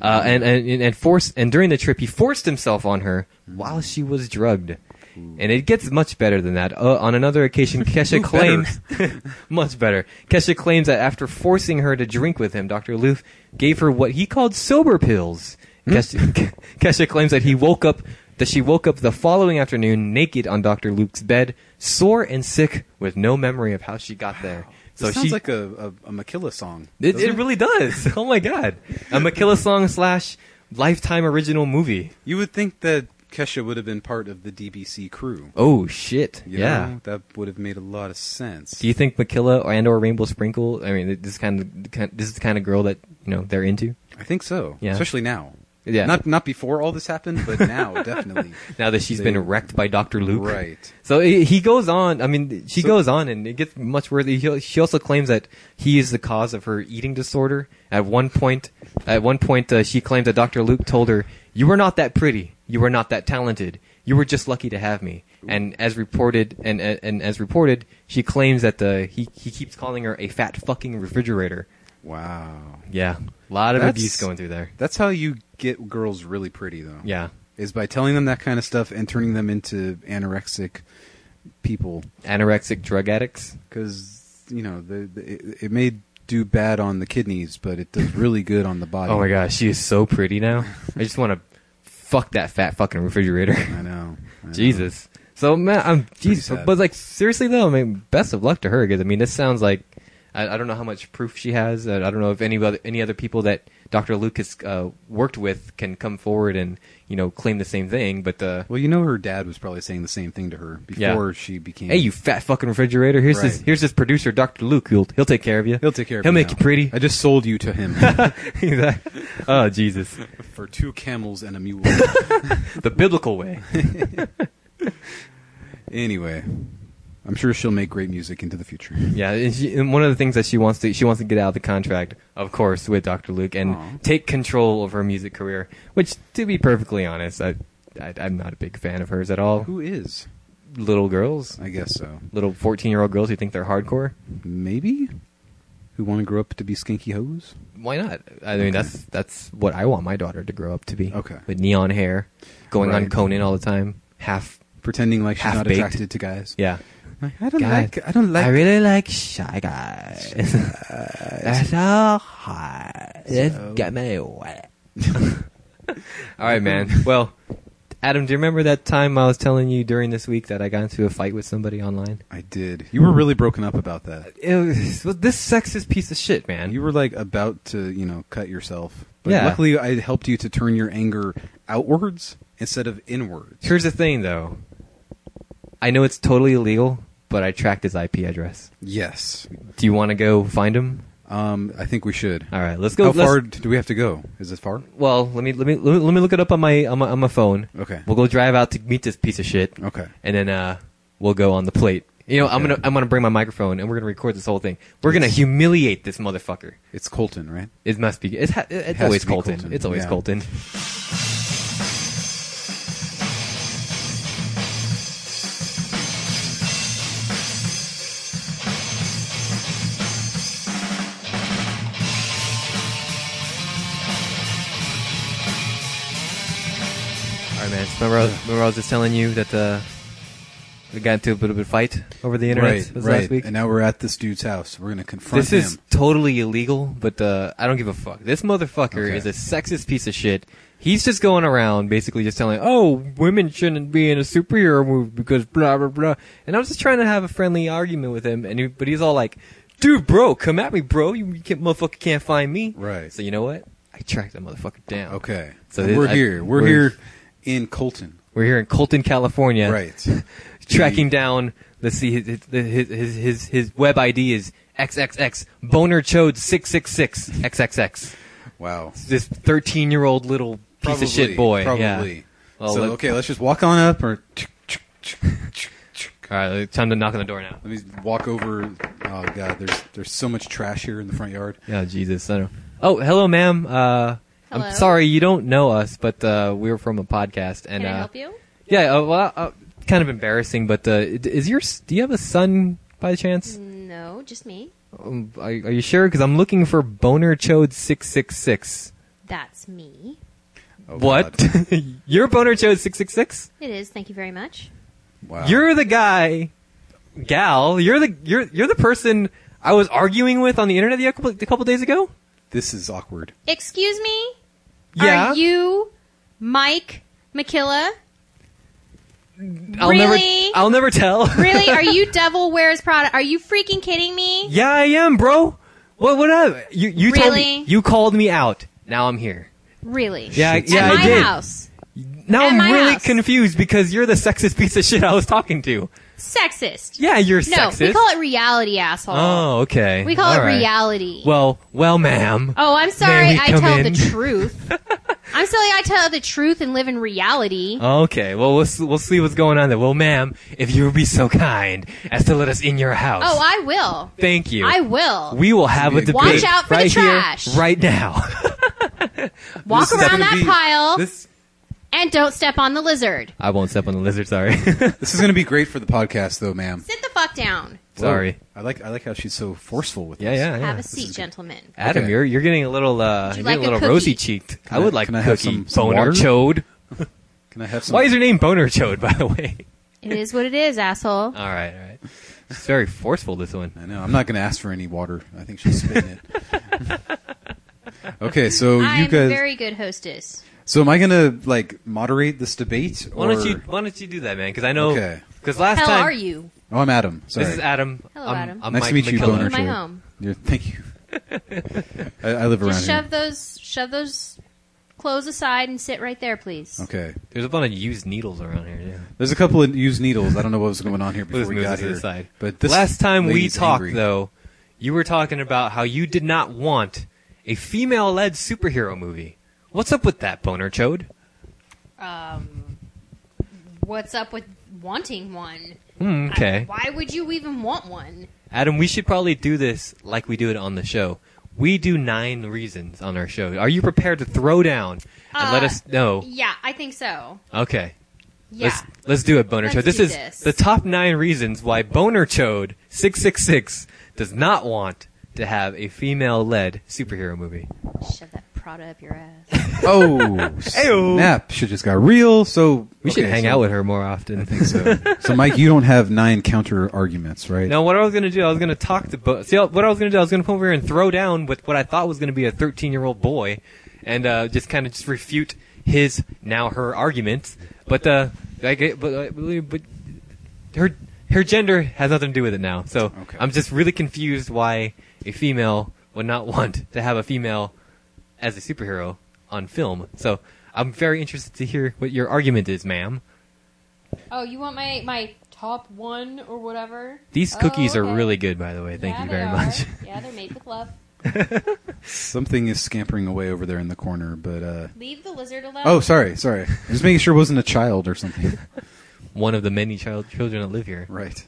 Speaker 1: Uh, and, and and forced and during the trip he forced himself on her while she was drugged, and it gets much better than that. Uh, on another
Speaker 2: (laughs)
Speaker 1: occasion, Kesha claims (laughs) much better. Kesha claims that after forcing her to drink with him, Doctor Loof gave her what he called sober pills.
Speaker 2: Hmm?
Speaker 1: Kesha, (laughs) Kesha claims that he woke up that she woke up the following afternoon naked on Doctor Luke's bed, sore and sick, with no memory of how she got there.
Speaker 2: So sounds like a, a, a Makilla song.
Speaker 1: It,
Speaker 2: doesn't
Speaker 1: it really does. (laughs) Oh my god, a Makilla song slash lifetime original movie.
Speaker 2: You would think that Kesha would have been part of the DBC crew.
Speaker 1: Oh shit,
Speaker 2: you
Speaker 1: yeah.
Speaker 2: know? That would have made a lot of sense.
Speaker 1: Do you think Makilla or and or Rainbow Sprinkle? I mean, this is kind of kind- this is the kind of girl that you know they're into.
Speaker 2: I think so.
Speaker 1: Yeah.
Speaker 2: Especially now.
Speaker 1: Yeah.
Speaker 2: Not not before all this happened,
Speaker 1: (laughs)
Speaker 2: but now definitely.
Speaker 1: Now that she's
Speaker 2: They-
Speaker 1: been wrecked by Doctor Luke,
Speaker 2: Right.
Speaker 1: So he he goes on. I mean, she
Speaker 2: So-
Speaker 1: goes on, and it gets much worse. He, she also claims that he is the cause of her eating disorder. At one point, at one point, uh, she claimed that Dr. Luke told her, "You were not that pretty. You were not that talented. You were just lucky to have me." And as reported, and and, and as reported, she claims that the he he keeps calling her a fat fucking refrigerator.
Speaker 2: Wow.
Speaker 1: Yeah, a lot of
Speaker 2: That's-
Speaker 1: abuse going through there.
Speaker 2: That's how you get girls really pretty though.
Speaker 1: Yeah,
Speaker 2: Is by telling them that kind of stuff and turning them into anorexic people.
Speaker 1: anorexic drug addicts.
Speaker 2: because you know the, the it, it may do bad on the kidneys, but it does really good on the body.
Speaker 1: Oh my gosh, she is so pretty now. I just want to fuck that fat fucking refrigerator.
Speaker 2: (laughs) I know. I know.
Speaker 1: Jesus. So man, I'm Jesus,
Speaker 2: sad.
Speaker 1: but like seriously though, I mean, best of luck to her because I mean, this sounds like I, I don't know how much proof she has. Uh, I don't know if any other any other people that Dr. Lucas uh, worked with can come forward and you know claim the same thing. But uh,
Speaker 2: Well, you know, her dad was probably saying the same thing to her
Speaker 1: Yeah.
Speaker 2: before she became.
Speaker 1: hey, you fat fucking refrigerator! Here's this
Speaker 2: Right.
Speaker 1: here's this producer, Dr. Luke. He'll he'll take care of you.
Speaker 2: He'll take care of
Speaker 1: He'll
Speaker 2: you
Speaker 1: make
Speaker 2: now.
Speaker 1: you pretty. (laughs)
Speaker 2: I just sold you to him
Speaker 1: oh Jesus,
Speaker 2: for two camels and
Speaker 1: (laughs)
Speaker 2: a mule.
Speaker 1: the biblical way.
Speaker 2: anyway, I'm sure she'll make great music into the future.
Speaker 1: Yeah, and, she, and one of the things that she wants to she wants to get out of the contract, of course, with Dr. Luke and
Speaker 2: Aw.
Speaker 1: take control of her music career. Which, to be perfectly honest, I, I I'm not a big fan of hers at all.
Speaker 2: Who is?
Speaker 1: Little girls,
Speaker 2: I guess so.
Speaker 1: little fourteen year old girls who think they're hardcore.
Speaker 2: Maybe. Who want to grow up to be skinky hoes?
Speaker 1: Why not? I mean, that's that's what I want my daughter to grow up to be.
Speaker 2: Okay.
Speaker 1: with neon hair, going on
Speaker 2: Right.
Speaker 1: Conan all the time, half.
Speaker 2: Pretending like she's not
Speaker 1: Half-baked.
Speaker 2: attracted to guys.
Speaker 1: Yeah,
Speaker 2: Like, I don't
Speaker 1: Guys,
Speaker 2: like. I don't like.
Speaker 1: I really like shy guys. (laughs) That's so hot. Let's get me wet. (laughs) All right, man. Well, Adam, do you remember that time I was telling you during this week that I got into a fight with somebody online?
Speaker 2: I did. You were really broken up about that.
Speaker 1: It was, well, this sexist piece of shit, man.
Speaker 2: You were like about to, you know, cut yourself. But
Speaker 1: Yeah.
Speaker 2: luckily, I helped you to turn your anger outwards instead of inwards.
Speaker 1: Here's the thing, though. I know it's totally illegal, but I tracked his IP address.
Speaker 2: Yes.
Speaker 1: Do you want to go find him?
Speaker 2: Um, I think we should.
Speaker 1: All right, let's go.
Speaker 2: How
Speaker 1: let's-
Speaker 2: far do we have to go? Is it far?
Speaker 1: Well, let me let me let me, let me look it up on my, on my on my phone.
Speaker 2: Okay.
Speaker 1: We'll go drive out to meet this piece of shit.
Speaker 2: Okay.
Speaker 1: and then uh, we'll go on the plate. You know, I'm
Speaker 2: Okay.
Speaker 1: gonna I'm gonna bring my microphone and we're gonna record this whole thing. We're gonna humiliate this motherfucker.
Speaker 2: It's Colton, right?
Speaker 1: It must be. It's, ha- it's
Speaker 2: to
Speaker 1: always
Speaker 2: be
Speaker 1: Colton.
Speaker 2: Colton,
Speaker 1: It's always
Speaker 2: yeah.
Speaker 1: Colton. All right, man. Remember, I was, remember I was just telling you that uh, we got into a little bit of fight over the internet
Speaker 2: right,
Speaker 1: was
Speaker 2: right.
Speaker 1: last week.
Speaker 2: And now we're at this dude's house. We're gonna confront
Speaker 1: This
Speaker 2: him.
Speaker 1: is totally illegal, but uh, I don't give a fuck. This motherfucker
Speaker 2: Okay.
Speaker 1: is a sexist piece of shit. He's just going around basically just telling, oh, women shouldn't be in a superhero movie because blah, blah, blah. And I was just trying to have a friendly argument with him, and he, but he's all like, dude, bro, come at me, bro. You, you can't, motherfucker can't find me.
Speaker 2: Right.
Speaker 1: So you know what? I tracked that motherfucker down.
Speaker 2: okay.
Speaker 1: So
Speaker 2: So
Speaker 1: this-
Speaker 2: we're
Speaker 1: I-
Speaker 2: here. We're,
Speaker 1: we're-
Speaker 2: here in Colton.
Speaker 1: We're here in Colton, California. (laughs)
Speaker 2: Right.
Speaker 1: Tracking down, let's see, his, his, his, his, his web ID is XXX Boner Chode 666 XXX.
Speaker 2: Wow.
Speaker 1: this 13 year old little piece
Speaker 2: Probably,
Speaker 1: of shit boy.
Speaker 2: Probably.
Speaker 1: Yeah. Well,
Speaker 2: so
Speaker 1: let-
Speaker 2: okay, let's just walk on up or.
Speaker 1: All right, time to knock on the door now.
Speaker 2: Let me walk over. Oh god, there's there's so much trash here in the front yard.
Speaker 1: Yeah, Jesus. I don't... Oh, hello, ma'am. Uh,
Speaker 4: Hello.
Speaker 1: I'm sorry you don't know us, but uh, we're from a podcast. And
Speaker 4: Can
Speaker 1: uh,
Speaker 4: I help you?
Speaker 1: Yeah, uh, well, uh, kind of embarrassing, but uh, is your do you have a son by chance?
Speaker 4: No, just me.
Speaker 1: Um, are, are you sure? Because I'm looking for Boner Chode six six six.
Speaker 4: That's me.
Speaker 2: Oh,
Speaker 1: What? (laughs)
Speaker 2: God.
Speaker 1: You're Boner Chode six six six.
Speaker 4: It is. Thank you very much.
Speaker 2: Wow.
Speaker 1: You're the guy, gal. You're the you're you're the person I was arguing with on the internet the couple, a couple days ago.
Speaker 2: This is awkward.
Speaker 4: Excuse me?
Speaker 1: Yeah,
Speaker 4: Are you Mike McKilla?
Speaker 1: I'll
Speaker 4: really?
Speaker 1: never I'll never tell. (laughs)
Speaker 4: Really? Are you Devil Wears Prada? Are you freaking kidding me?
Speaker 1: yeah, I am, bro. What what up? You you told me,
Speaker 4: Really?
Speaker 1: you called me out. Now I'm here.
Speaker 4: Really?
Speaker 1: Yeah,
Speaker 4: At
Speaker 1: yeah, I
Speaker 4: my
Speaker 1: did.
Speaker 4: house.
Speaker 1: Now
Speaker 4: At
Speaker 1: I'm
Speaker 4: my
Speaker 1: really
Speaker 4: house.
Speaker 1: confused because you're the sexist piece of shit I was talking to.
Speaker 4: Sexist.
Speaker 1: Yeah, you're
Speaker 4: no,
Speaker 1: sexist.
Speaker 4: we call it reality, asshole.
Speaker 1: oh, okay.
Speaker 4: we call
Speaker 1: All
Speaker 4: it
Speaker 1: right.
Speaker 4: reality.
Speaker 1: Well, well, ma'am.
Speaker 4: oh, I'm sorry.
Speaker 1: May we
Speaker 4: I
Speaker 1: come
Speaker 4: tell
Speaker 1: in?
Speaker 4: the
Speaker 1: (laughs)
Speaker 4: truth. I'm sorry. I tell the truth and live in reality.
Speaker 1: Okay, well we'll s- we'll see what's going on there. Well, ma'am, if you would be so kind as to let us in your house.
Speaker 4: oh, I will.
Speaker 1: thank you.
Speaker 4: I will.
Speaker 1: We will have a
Speaker 2: Watch
Speaker 1: debate
Speaker 4: out for the
Speaker 1: right
Speaker 4: trash.
Speaker 1: here, right
Speaker 4: (laughs)
Speaker 1: now. (laughs)
Speaker 4: Walk
Speaker 2: This is
Speaker 4: around
Speaker 2: gonna
Speaker 4: that
Speaker 2: be-
Speaker 4: pile
Speaker 1: this
Speaker 4: and don't step on the lizard.
Speaker 1: I won't step on the lizard.
Speaker 2: (laughs)
Speaker 1: Sorry,
Speaker 2: This is going to be great for the podcast, though, ma'am.
Speaker 4: Sit the fuck down.
Speaker 1: sorry.
Speaker 2: Whoa. I like I like how she's so forceful with
Speaker 1: Yeah,
Speaker 2: this.
Speaker 1: yeah, yeah.
Speaker 4: Have a seat, gentlemen.
Speaker 1: Adam,
Speaker 2: Okay.
Speaker 1: you're you're getting a little uh,
Speaker 4: Would you
Speaker 1: you're getting
Speaker 4: like
Speaker 1: a
Speaker 4: a
Speaker 1: little
Speaker 4: cookie?
Speaker 1: rosy cheeked. I
Speaker 2: I-
Speaker 1: would like
Speaker 2: can I
Speaker 1: cookie.
Speaker 2: have some- some
Speaker 1: boner
Speaker 2: water?
Speaker 1: chode.
Speaker 2: Can I have some?
Speaker 1: Why is her name boner chode? By the
Speaker 2: (laughs)
Speaker 1: way.
Speaker 4: It is what it is, asshole.
Speaker 1: All right, all right. It's very forceful. This one.
Speaker 2: I know. I'm not going to ask for any water. I think she's spitting
Speaker 1: (laughs)
Speaker 2: it. okay,
Speaker 1: Oh,
Speaker 2: so
Speaker 4: I'm
Speaker 2: you guys.
Speaker 4: very good hostess.
Speaker 2: so am I going to like moderate this debate? Or...
Speaker 1: Why don't you Why don't you do that, man? Because I know.
Speaker 2: Okay.
Speaker 1: Because last
Speaker 4: How
Speaker 1: time.
Speaker 4: are you?
Speaker 2: Oh, I'm Adam. Sorry.
Speaker 1: This is Adam.
Speaker 4: Hello,
Speaker 1: I'm,
Speaker 4: Adam.
Speaker 1: I'm
Speaker 2: Nice to
Speaker 1: Mike
Speaker 2: meet you,
Speaker 1: McKillop.
Speaker 2: boner
Speaker 4: In my
Speaker 2: Sure.
Speaker 4: home.
Speaker 2: You're,
Speaker 1: (laughs)
Speaker 2: thank you. I, I live around
Speaker 4: Just
Speaker 2: here.
Speaker 4: shove those shove those clothes aside and sit right there, please.
Speaker 2: Okay.
Speaker 1: There's a bunch of used needles around here. Yeah.
Speaker 2: There's a couple of used needles. I don't know what was going on here before
Speaker 1: Let's
Speaker 2: we
Speaker 1: move
Speaker 2: got
Speaker 1: this to
Speaker 2: here.
Speaker 1: the side.
Speaker 2: But this
Speaker 1: last time we
Speaker 2: lady's
Speaker 1: talked,
Speaker 2: angry.
Speaker 1: though, you were talking about how you did not want a female-led superhero movie. What's up with that, Boner Chode?
Speaker 4: Um, what's up with wanting one?
Speaker 1: Hmm, okay,
Speaker 4: Why would you even want one?
Speaker 1: Adam, we should probably do this like we do it on the show. We do nine reasons on our show. Are you prepared to throw down and let
Speaker 4: Uh,
Speaker 1: us know?
Speaker 4: Yeah, I think so.
Speaker 1: Okay,
Speaker 4: Yeah.
Speaker 1: let's let's do it, Boner
Speaker 4: Let's
Speaker 1: Chode. This
Speaker 4: do
Speaker 1: is
Speaker 4: this.
Speaker 1: the top nine reasons why Boner Chode six six six does not want to have a female-led superhero movie.
Speaker 4: Shove that Prada up your ass.
Speaker 1: (laughs)
Speaker 2: Oh, snap! Shit just got real. So
Speaker 1: We should
Speaker 2: okay,
Speaker 1: hang
Speaker 2: so-
Speaker 1: out with her more often.
Speaker 2: I
Speaker 1: (laughs)
Speaker 2: think so. (laughs) so, Mike, you don't have nine counter arguments, right?
Speaker 1: No, what I was gonna do, I was gonna talk to Bo- see what I was gonna do. I was gonna come over here and throw down with what I thought was gonna be a 13 year old boy, and uh, just kind of just refute his now her arguments. But uh, I get, but, uh, but her her gender has nothing to do with it now. So
Speaker 2: Okay.
Speaker 1: I'm just really confused why a female would not (laughs) want to have a female as a superhero on film. So I'm very interested to hear what your argument is, ma'am.
Speaker 4: oh, you want my my top one or whatever?
Speaker 1: These
Speaker 4: Oh,
Speaker 1: cookies
Speaker 4: okay.
Speaker 1: are really good, by the way. Thank
Speaker 4: Yeah,
Speaker 1: you
Speaker 4: they
Speaker 1: very
Speaker 4: are.
Speaker 1: much. (laughs)
Speaker 4: Yeah, they're made with love.
Speaker 2: Something is scampering away over there in the corner, but uh
Speaker 4: Leave
Speaker 1: (laughs)
Speaker 4: the lizard alone.
Speaker 2: oh, sorry, sorry. I'm just making sure it wasn't a child or (laughs) something.
Speaker 1: one of the many child children that live here.
Speaker 2: right.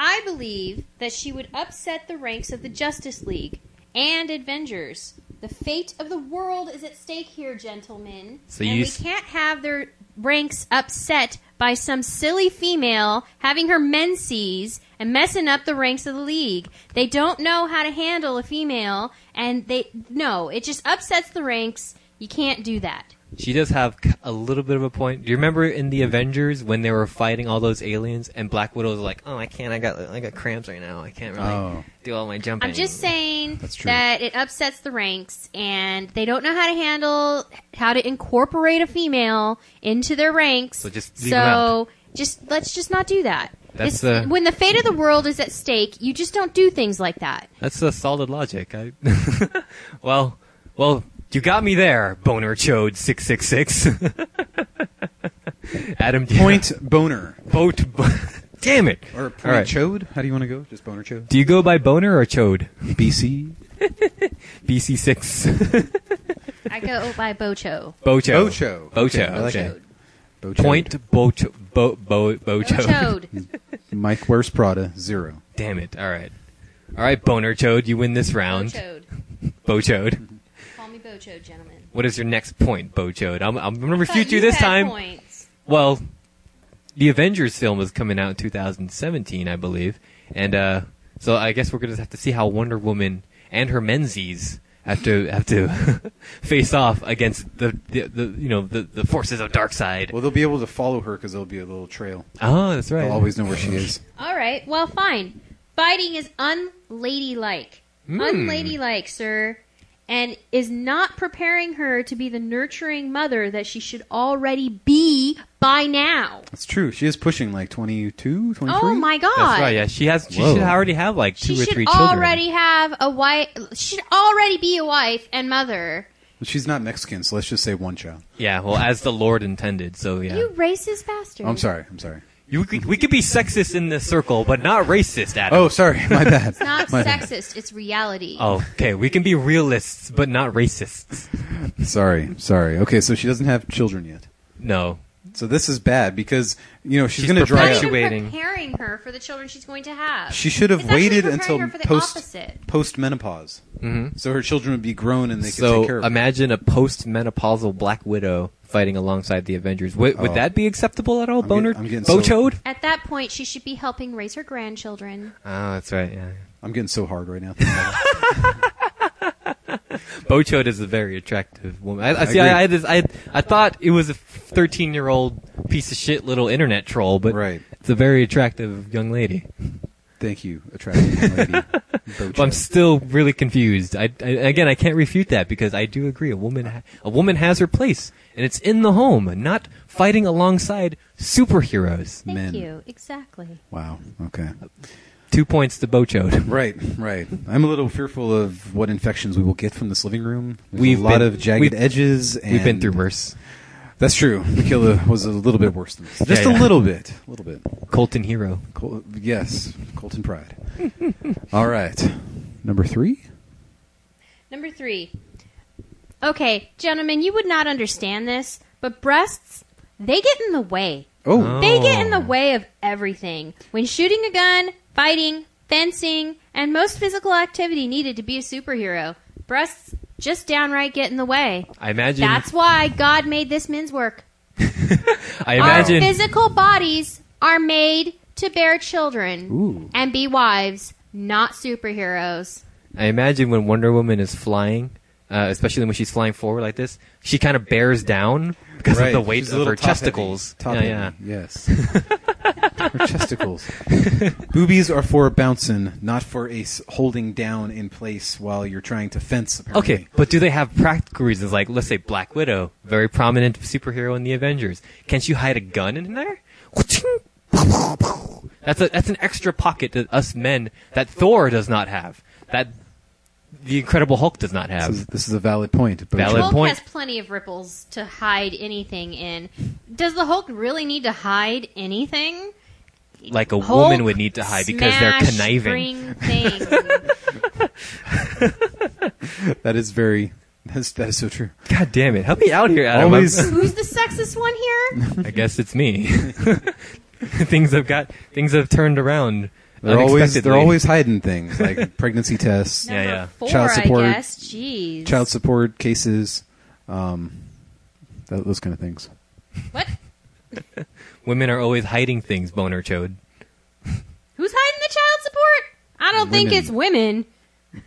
Speaker 4: I believe that she would upset the ranks of the Justice League and Avengers. The fate of the world is at stake here, gentlemen.
Speaker 1: So
Speaker 4: and
Speaker 1: you
Speaker 4: we
Speaker 1: s-
Speaker 4: can't have their ranks upset by some silly female having her menses and messing up the ranks of the league. They don't know how to handle a female, and they no, it just upsets the ranks. You can't do that.
Speaker 1: She does have c- a little bit of a point. Do you remember in the Avengers when they were fighting all those aliens and Black Widow was like, "Oh, I can't. I got I got cramps right now. I can't really
Speaker 2: Oh.
Speaker 1: do all my jumping."
Speaker 4: I'm just saying
Speaker 2: That's true.
Speaker 4: that it upsets the ranks, and they don't know how to handle how to incorporate a female into their ranks.
Speaker 1: So just leave
Speaker 4: So
Speaker 1: them out.
Speaker 4: just let's just not do that.
Speaker 1: That's,
Speaker 4: It's-
Speaker 1: uh,
Speaker 4: when the fate of the world is at stake. You just don't do things like that.
Speaker 1: That's a solid logic. I (laughs) well, well, you got me there, boner chode six six six. (laughs) Adam do you-
Speaker 2: Point boner
Speaker 1: boat. bo- (laughs) Damn it!
Speaker 2: or point
Speaker 1: All right.
Speaker 2: chode? How do you want to go? Just boner chode.
Speaker 1: do you go by boner or chode?
Speaker 2: BC.
Speaker 1: BC six. (laughs)
Speaker 4: I go by Bocho.
Speaker 1: Bocho.
Speaker 2: Bocho.
Speaker 1: Bocho.
Speaker 2: Okay, I like
Speaker 1: okay.
Speaker 2: it. Bochode.
Speaker 1: Point bocho. Bo, bo, bocho.
Speaker 4: Bochoed.
Speaker 2: Mike wears Prada zero.
Speaker 1: (laughs) Damn it. All right. All right, Boner Chode, you win this round.
Speaker 4: Bochoed.
Speaker 1: Bochode.
Speaker 4: Call me Bochoed, gentlemen.
Speaker 1: What is your next point, Bochode? I'm, I'm going to refute
Speaker 4: Thought
Speaker 1: you this
Speaker 4: had
Speaker 1: time.
Speaker 4: points.
Speaker 1: Well, the Avengers film is coming out in 2017, I believe. And uh, so I guess we're going to have to see how Wonder Woman and her Menzies have to (laughs) have to face off against the, the, the you know the, the forces of Darkseid.
Speaker 2: Well, they'll be able to follow her because there'll be a little trail.
Speaker 1: Oh, that's right.
Speaker 2: They'll always know where she is.
Speaker 4: All right. Well, fine. Fighting is unladylike. Unladylike, sir. And is not preparing her to be the nurturing mother that she should already be by now.
Speaker 2: That's true. She is pushing like 22, 23?
Speaker 4: Oh my god.
Speaker 1: That's right. Yeah, she has. She
Speaker 2: Whoa.
Speaker 1: should already have like two
Speaker 4: She
Speaker 1: or
Speaker 4: should
Speaker 1: three children.
Speaker 4: already have a wife. She should already be a wife and mother.
Speaker 2: She's not Mexican, so let's just say one child.
Speaker 1: Yeah, well, as the Lord intended. So yeah,
Speaker 4: You racist bastard.
Speaker 2: Oh, I'm sorry. I'm sorry.
Speaker 1: You, could- we could be sexist in this circle, but not racist, Adam.
Speaker 2: (laughs) Oh, sorry. (laughs) My bad.
Speaker 4: It's not
Speaker 2: My bad.
Speaker 4: sexist. It's reality.
Speaker 1: Oh, okay. We can be realists, but not racists.
Speaker 2: Sorry. Sorry. Okay, so she doesn't have children yet.
Speaker 1: No.
Speaker 2: So this is bad because, you know, she's,
Speaker 1: She's
Speaker 2: going to dry
Speaker 4: Not
Speaker 2: out.
Speaker 4: even
Speaker 1: Perpetuating.
Speaker 4: preparing her for the children she's going to have.
Speaker 2: She should have
Speaker 4: It's actually
Speaker 2: waited
Speaker 4: preparing
Speaker 2: until
Speaker 4: her for the
Speaker 2: post
Speaker 4: opposite.
Speaker 2: post menopause. So her children would be grown and they could take care
Speaker 1: Mm-hmm. So
Speaker 2: of them.
Speaker 1: imagine a post-menopausal Black Widow fighting alongside the Avengers. Would, would
Speaker 2: Oh.
Speaker 1: that be acceptable at all,
Speaker 2: I'm
Speaker 1: Boner?
Speaker 2: get- I'm getting so-
Speaker 1: Bochode?
Speaker 2: (laughs)
Speaker 4: At that point, she should be helping raise her grandchildren.
Speaker 1: Oh, that's right. Yeah.
Speaker 2: I'm getting so hard right now.
Speaker 1: Bochode is a very attractive woman. I, I see.
Speaker 2: agree.
Speaker 1: I, I, had this, I I thought it was a thirteen-year-old piece of shit little internet troll, but
Speaker 2: Right.
Speaker 1: it's a very attractive young lady.
Speaker 2: Thank you, attractive
Speaker 1: (laughs)
Speaker 2: young lady.
Speaker 1: But I'm
Speaker 2: Bochum.
Speaker 1: still really confused. I, I again, I can't refute that because I do agree. A woman, ha- a woman has her place, and it's in the home, not fighting alongside superheroes.
Speaker 4: Thank
Speaker 2: Men.
Speaker 4: you. Exactly.
Speaker 2: Wow. Okay.
Speaker 1: Two points to Bochode.
Speaker 2: Right, right. I'm a little fearful of what infections we will get from this living room. There's
Speaker 1: We've
Speaker 2: a lot
Speaker 1: been-
Speaker 2: of jagged
Speaker 1: we've-
Speaker 2: edges. And
Speaker 1: We've been through worse.
Speaker 2: That's true. Mikila was a little bit worse than this. Just
Speaker 1: yeah.
Speaker 2: a little bit. A little bit.
Speaker 1: Colton Hero.
Speaker 2: Col- yes,
Speaker 1: (laughs)
Speaker 2: Colton Pride. All right. Number three?
Speaker 4: Number three. Okay, gentlemen, you would not understand this, but breasts, they get in the way.
Speaker 2: Oh,
Speaker 1: Huh?
Speaker 4: They get in the
Speaker 1: Oh.
Speaker 4: way of everything. When shooting a gun, fighting, fencing, and most physical activity needed to be a superhero, breasts just downright get in the way.
Speaker 1: I imagine.
Speaker 4: That's why God made this men's work.
Speaker 1: I imagine.
Speaker 4: Our physical bodies are made to bear children
Speaker 2: Ooh.
Speaker 4: and be wives, not superheroes.
Speaker 1: I imagine when Wonder Woman is flying, uh, especially when she's flying forward like this, she kind of bears down because
Speaker 2: right.
Speaker 1: of the weight
Speaker 2: She's a
Speaker 1: of
Speaker 2: little
Speaker 1: her
Speaker 2: top heavy.
Speaker 1: testicles.
Speaker 2: Top
Speaker 1: yeah,
Speaker 2: heavy,
Speaker 1: yeah.
Speaker 2: Yes. her testicles. (laughs) Boobies are for bouncing, not for a s- holding down in place while you're trying to fence. Apparently.
Speaker 1: Okay, but do they have practical reasons? Like, let's say Black Widow, very prominent superhero in the Avengers. Can she hide a gun in there? That's a, that's an extra pocket that us men that Thor does not have. That the Incredible Hulk does not
Speaker 2: This is,
Speaker 1: have.
Speaker 2: this is a valid point. Bojack.
Speaker 1: Valid
Speaker 4: Hulk
Speaker 1: point.
Speaker 4: has plenty of ripples to hide anything in. Does the Hulk really need to hide anything?
Speaker 1: Like a
Speaker 4: Hulk,
Speaker 1: woman would need to hide because they're
Speaker 4: smash,
Speaker 1: conniving.
Speaker 4: bring thing.
Speaker 2: (laughs)
Speaker 1: (laughs)
Speaker 2: That is very. That's, that is so true.
Speaker 1: God damn it! Help me out here, Adam. I'm-
Speaker 2: (laughs) Always.
Speaker 4: Who's the sexist one here?
Speaker 1: I guess it's me. (laughs) things have got things have turned around.
Speaker 2: They're always
Speaker 1: unexpectedly.
Speaker 2: they're always hiding things like (laughs) pregnancy tests,
Speaker 1: Yeah,
Speaker 4: Number
Speaker 1: yeah.
Speaker 4: Four,
Speaker 2: Child support.
Speaker 4: I guess. Jeez.
Speaker 2: child support cases, um, tho- those kind of things.
Speaker 4: What?
Speaker 1: women are always hiding things. Boner chode.
Speaker 4: Who's hiding the child support? I don't think
Speaker 2: Women.
Speaker 4: it's women.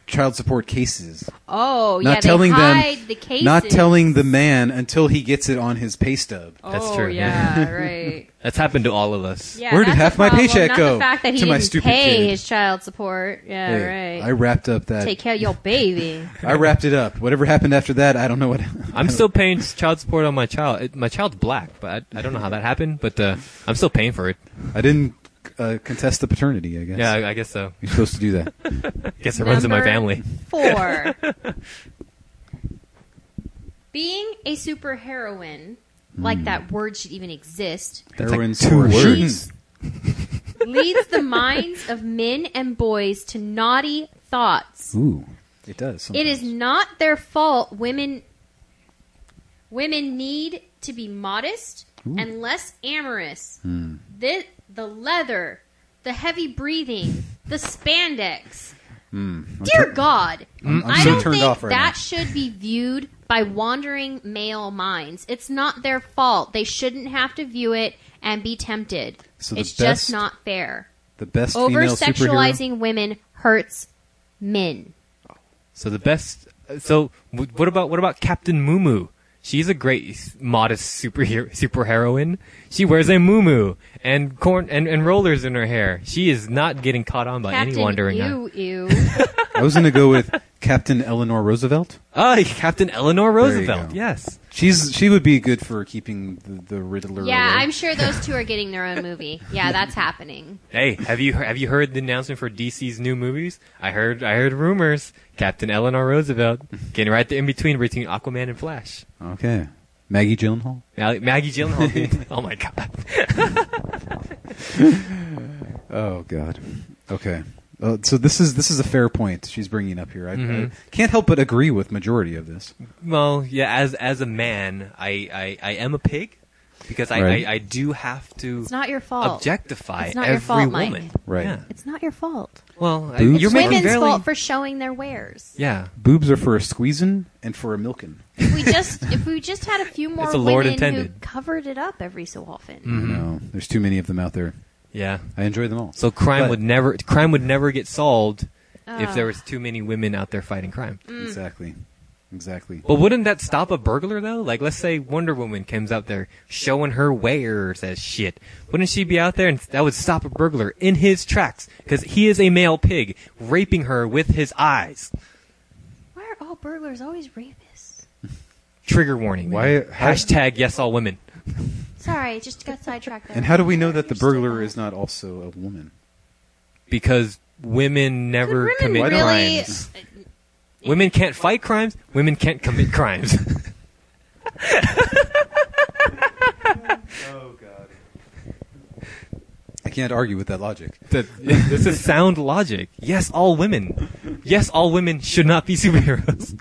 Speaker 2: Child support cases.
Speaker 4: Oh,
Speaker 2: not
Speaker 4: yeah,
Speaker 2: telling
Speaker 4: they hide
Speaker 2: them,
Speaker 4: the cases.
Speaker 2: not telling the man until he gets it on his pay stub.
Speaker 4: Oh,
Speaker 1: That's true.
Speaker 4: Yeah,
Speaker 1: (laughs)
Speaker 4: right.
Speaker 1: That's happened to all of us.
Speaker 4: Yeah,
Speaker 2: Where did
Speaker 4: that's
Speaker 2: half
Speaker 4: a
Speaker 2: my
Speaker 4: problem,
Speaker 2: paycheck
Speaker 4: not
Speaker 2: go?
Speaker 4: The fact that he
Speaker 2: To my
Speaker 4: didn't
Speaker 2: stupid
Speaker 4: pay
Speaker 2: kid.
Speaker 4: his child support. Yeah,
Speaker 2: Hey,
Speaker 4: right.
Speaker 2: I wrapped up that.
Speaker 4: Take care of your
Speaker 2: (laughs)
Speaker 4: baby.
Speaker 2: I wrapped it up. Whatever happened after that, I don't know what. (laughs)
Speaker 1: I'm still paying child support on my child. It, my child's black, but I, I don't know how that happened. But uh, I'm still paying for it.
Speaker 2: I didn't uh, contest the paternity. I guess.
Speaker 1: Yeah, I, I guess so.
Speaker 2: You're supposed to do (laughs) that.
Speaker 1: guess it runs in my
Speaker 4: Number
Speaker 1: family.
Speaker 2: (laughs)
Speaker 4: Four. Being a superheroine,
Speaker 2: Hmm.
Speaker 4: like that word should even exist,
Speaker 1: That's like
Speaker 2: Heroin's
Speaker 1: two
Speaker 2: for
Speaker 1: words.
Speaker 2: (laughs) shooting.
Speaker 4: leads the minds of men and boys to naughty thoughts.
Speaker 2: Ooh, it does.
Speaker 4: It is
Speaker 2: sometimes.
Speaker 4: not their fault women women need to be modest and less amorous.
Speaker 2: Hmm.
Speaker 4: The, the leather, the heavy breathing, the spandex. Dear God,
Speaker 2: Hmm. I'm- I'm
Speaker 4: I
Speaker 2: so
Speaker 4: don't
Speaker 2: turned
Speaker 4: think
Speaker 2: off right now.
Speaker 4: that should be viewed by wandering male minds. It's not their fault. They shouldn't have to view it and be tempted.
Speaker 2: So the
Speaker 4: it's
Speaker 2: best
Speaker 4: just not fair.
Speaker 2: the best
Speaker 4: Over
Speaker 2: female superhero.
Speaker 4: sexualizing women hurts men.
Speaker 1: So the best. So w- what about what about Captain Mumu? She's a great modest superhero superheroine. She wears a muumuu and corn and, and rollers in her hair. She is not getting caught on by
Speaker 4: Captain,
Speaker 1: any wandering eye.
Speaker 4: ew, ew.
Speaker 1: (laughs)
Speaker 2: I was going to go
Speaker 4: (laughs)
Speaker 2: with Captain Eleanor Roosevelt.
Speaker 1: Ah, Captain Eleanor
Speaker 2: you
Speaker 1: Roosevelt.
Speaker 2: go.
Speaker 1: Yes.
Speaker 2: She's she would be good for keeping the, the Riddler.
Speaker 4: yeah,
Speaker 2: away.
Speaker 4: I'm sure those two are getting their own movie. Yeah, that's happening.
Speaker 1: Hey, have you have you heard the announcement for DC's new movies? I heard I heard rumors. Captain Eleanor Roosevelt getting right there in between between Aquaman and Flash.
Speaker 2: Okay, Maggie Gyllenhaal.
Speaker 1: Mag- Maggie Gyllenhaal.
Speaker 2: (laughs)
Speaker 1: dude. oh my god.
Speaker 2: Oh God. Okay. Uh, so this is this is a fair point she's bringing up here. I, I can't help but agree with majority of this.
Speaker 1: Well, yeah. As as a man, I I, I am a pig because I,
Speaker 2: Right.
Speaker 1: I I do have to
Speaker 4: It's not your fault.
Speaker 1: objectify
Speaker 4: It's not
Speaker 1: every
Speaker 4: your fault, Mike.
Speaker 1: woman.
Speaker 2: Right.
Speaker 1: Yeah.
Speaker 4: It's not your fault.
Speaker 1: Well, I-
Speaker 2: Boobs?
Speaker 1: you're
Speaker 4: It's
Speaker 2: It's
Speaker 1: making
Speaker 4: women's
Speaker 1: barely-
Speaker 4: fault for showing their wares.
Speaker 1: Yeah.
Speaker 2: Boobs are for a squeezing and for a milking.
Speaker 4: If we just if we just had a few more
Speaker 1: It's a
Speaker 4: women
Speaker 1: Lord
Speaker 4: who
Speaker 1: intended. Mm.
Speaker 4: covered it up every so often.
Speaker 2: You
Speaker 1: Mm-hmm.
Speaker 2: know, there's too many of them out there.
Speaker 1: Yeah.
Speaker 2: I enjoy them all.
Speaker 1: So crime
Speaker 2: But-
Speaker 1: would never crime would never get solved if
Speaker 4: Oh.
Speaker 1: there was too many women out there fighting crime.
Speaker 2: exactly, exactly.
Speaker 1: But wouldn't that stop a burglar though? Like, let's say Wonder Woman comes out there showing her wares as shit. Wouldn't she be out there and that would stop a burglar in his tracks? Cause he is a male pig raping her with his eyes.
Speaker 4: Why are all burglars always rapists?
Speaker 1: Trigger warning.
Speaker 2: Why- how-
Speaker 1: Hashtag yes all women.
Speaker 4: Sorry, I just got sidetracked
Speaker 1: (laughs)
Speaker 4: there.
Speaker 2: And how do we know that the
Speaker 4: Understood
Speaker 2: burglar is not also a woman?
Speaker 1: because women
Speaker 4: Could
Speaker 1: never
Speaker 4: women
Speaker 1: commit
Speaker 4: really? Uh,
Speaker 1: crimes. Women can't fight crimes. Women can't commit crimes. (laughs)
Speaker 2: I can't argue with that logic.
Speaker 1: that, (laughs) this is sound logic. Yes, all women. Yes, all women should not be (laughs) superheroes.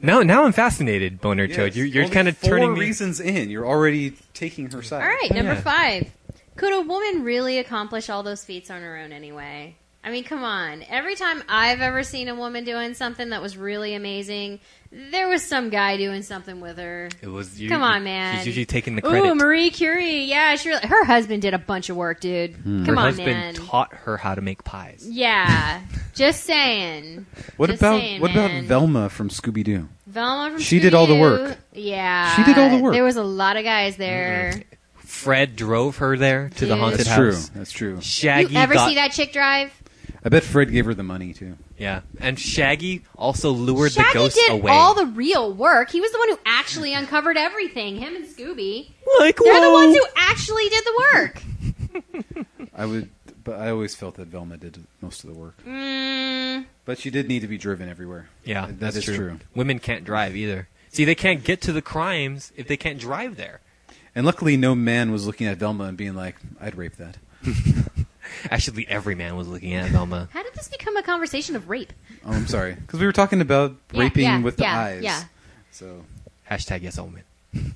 Speaker 1: now, now I'm fascinated, Boner Toad. You're, you're
Speaker 2: Only
Speaker 1: kind of
Speaker 2: four
Speaker 1: turning me.
Speaker 2: reasons in. You're already taking her side.
Speaker 4: All right, number
Speaker 1: Yeah.
Speaker 4: five. Could a woman really accomplish all those feats on her own anyway? I mean, come on. Every time I've ever seen a woman doing something that was really amazing, there was some guy doing something with her.
Speaker 1: It was you,
Speaker 4: Come on, man.
Speaker 1: She's usually taking the credit.
Speaker 4: Ooh, Marie Curie. Yeah, she really, her husband did a bunch of work, dude. Come
Speaker 2: Hmm.
Speaker 1: her
Speaker 4: on,
Speaker 1: husband
Speaker 4: man.
Speaker 1: taught her how to make pies.
Speaker 4: yeah, just saying.
Speaker 2: What
Speaker 4: Just
Speaker 2: about
Speaker 4: saying,
Speaker 2: what
Speaker 4: man.
Speaker 2: about Velma from Scooby Doo?
Speaker 4: Velma from
Speaker 2: She did all the
Speaker 4: Scooby-Doo.
Speaker 2: work.
Speaker 4: Yeah,
Speaker 2: She did all the work. Mm-hmm.
Speaker 4: There was a lot of guys there.
Speaker 1: Fred drove her there to the
Speaker 4: Dude.
Speaker 1: haunted
Speaker 2: That's
Speaker 1: house.
Speaker 2: true. That's true.
Speaker 1: Shaggy
Speaker 4: you ever
Speaker 1: got,
Speaker 4: see that chick drive?
Speaker 2: I bet Fred gave her the money too.
Speaker 1: Yeah, and Shaggy also lured
Speaker 4: Shaggy
Speaker 1: the ghosts
Speaker 4: did
Speaker 1: away.
Speaker 4: all the real work. He was the one who actually uncovered everything. Him and Scooby.
Speaker 1: like,
Speaker 4: They're the
Speaker 1: whoa.
Speaker 4: ones who actually did the work.
Speaker 2: I would, but I always felt that Velma did most of the work.
Speaker 4: Mm,
Speaker 2: But she did need to be driven everywhere.
Speaker 1: Yeah,
Speaker 2: That
Speaker 1: that's
Speaker 2: is
Speaker 1: true.
Speaker 2: true.
Speaker 1: Women can't drive either. See, they can't get to the crimes if they can't drive there.
Speaker 2: And luckily, no man was looking at Velma and being like, "I'd rape that."
Speaker 1: Actually, every man was looking at Velma. (laughs)
Speaker 4: how did this become a conversation of rape?
Speaker 2: Oh, I'm sorry, (laughs) because we were talking about
Speaker 4: Yeah,
Speaker 2: raping
Speaker 4: yeah,
Speaker 2: with the
Speaker 4: yeah,
Speaker 2: eyes.
Speaker 4: yeah.
Speaker 2: So
Speaker 1: Hashtag yes, all women.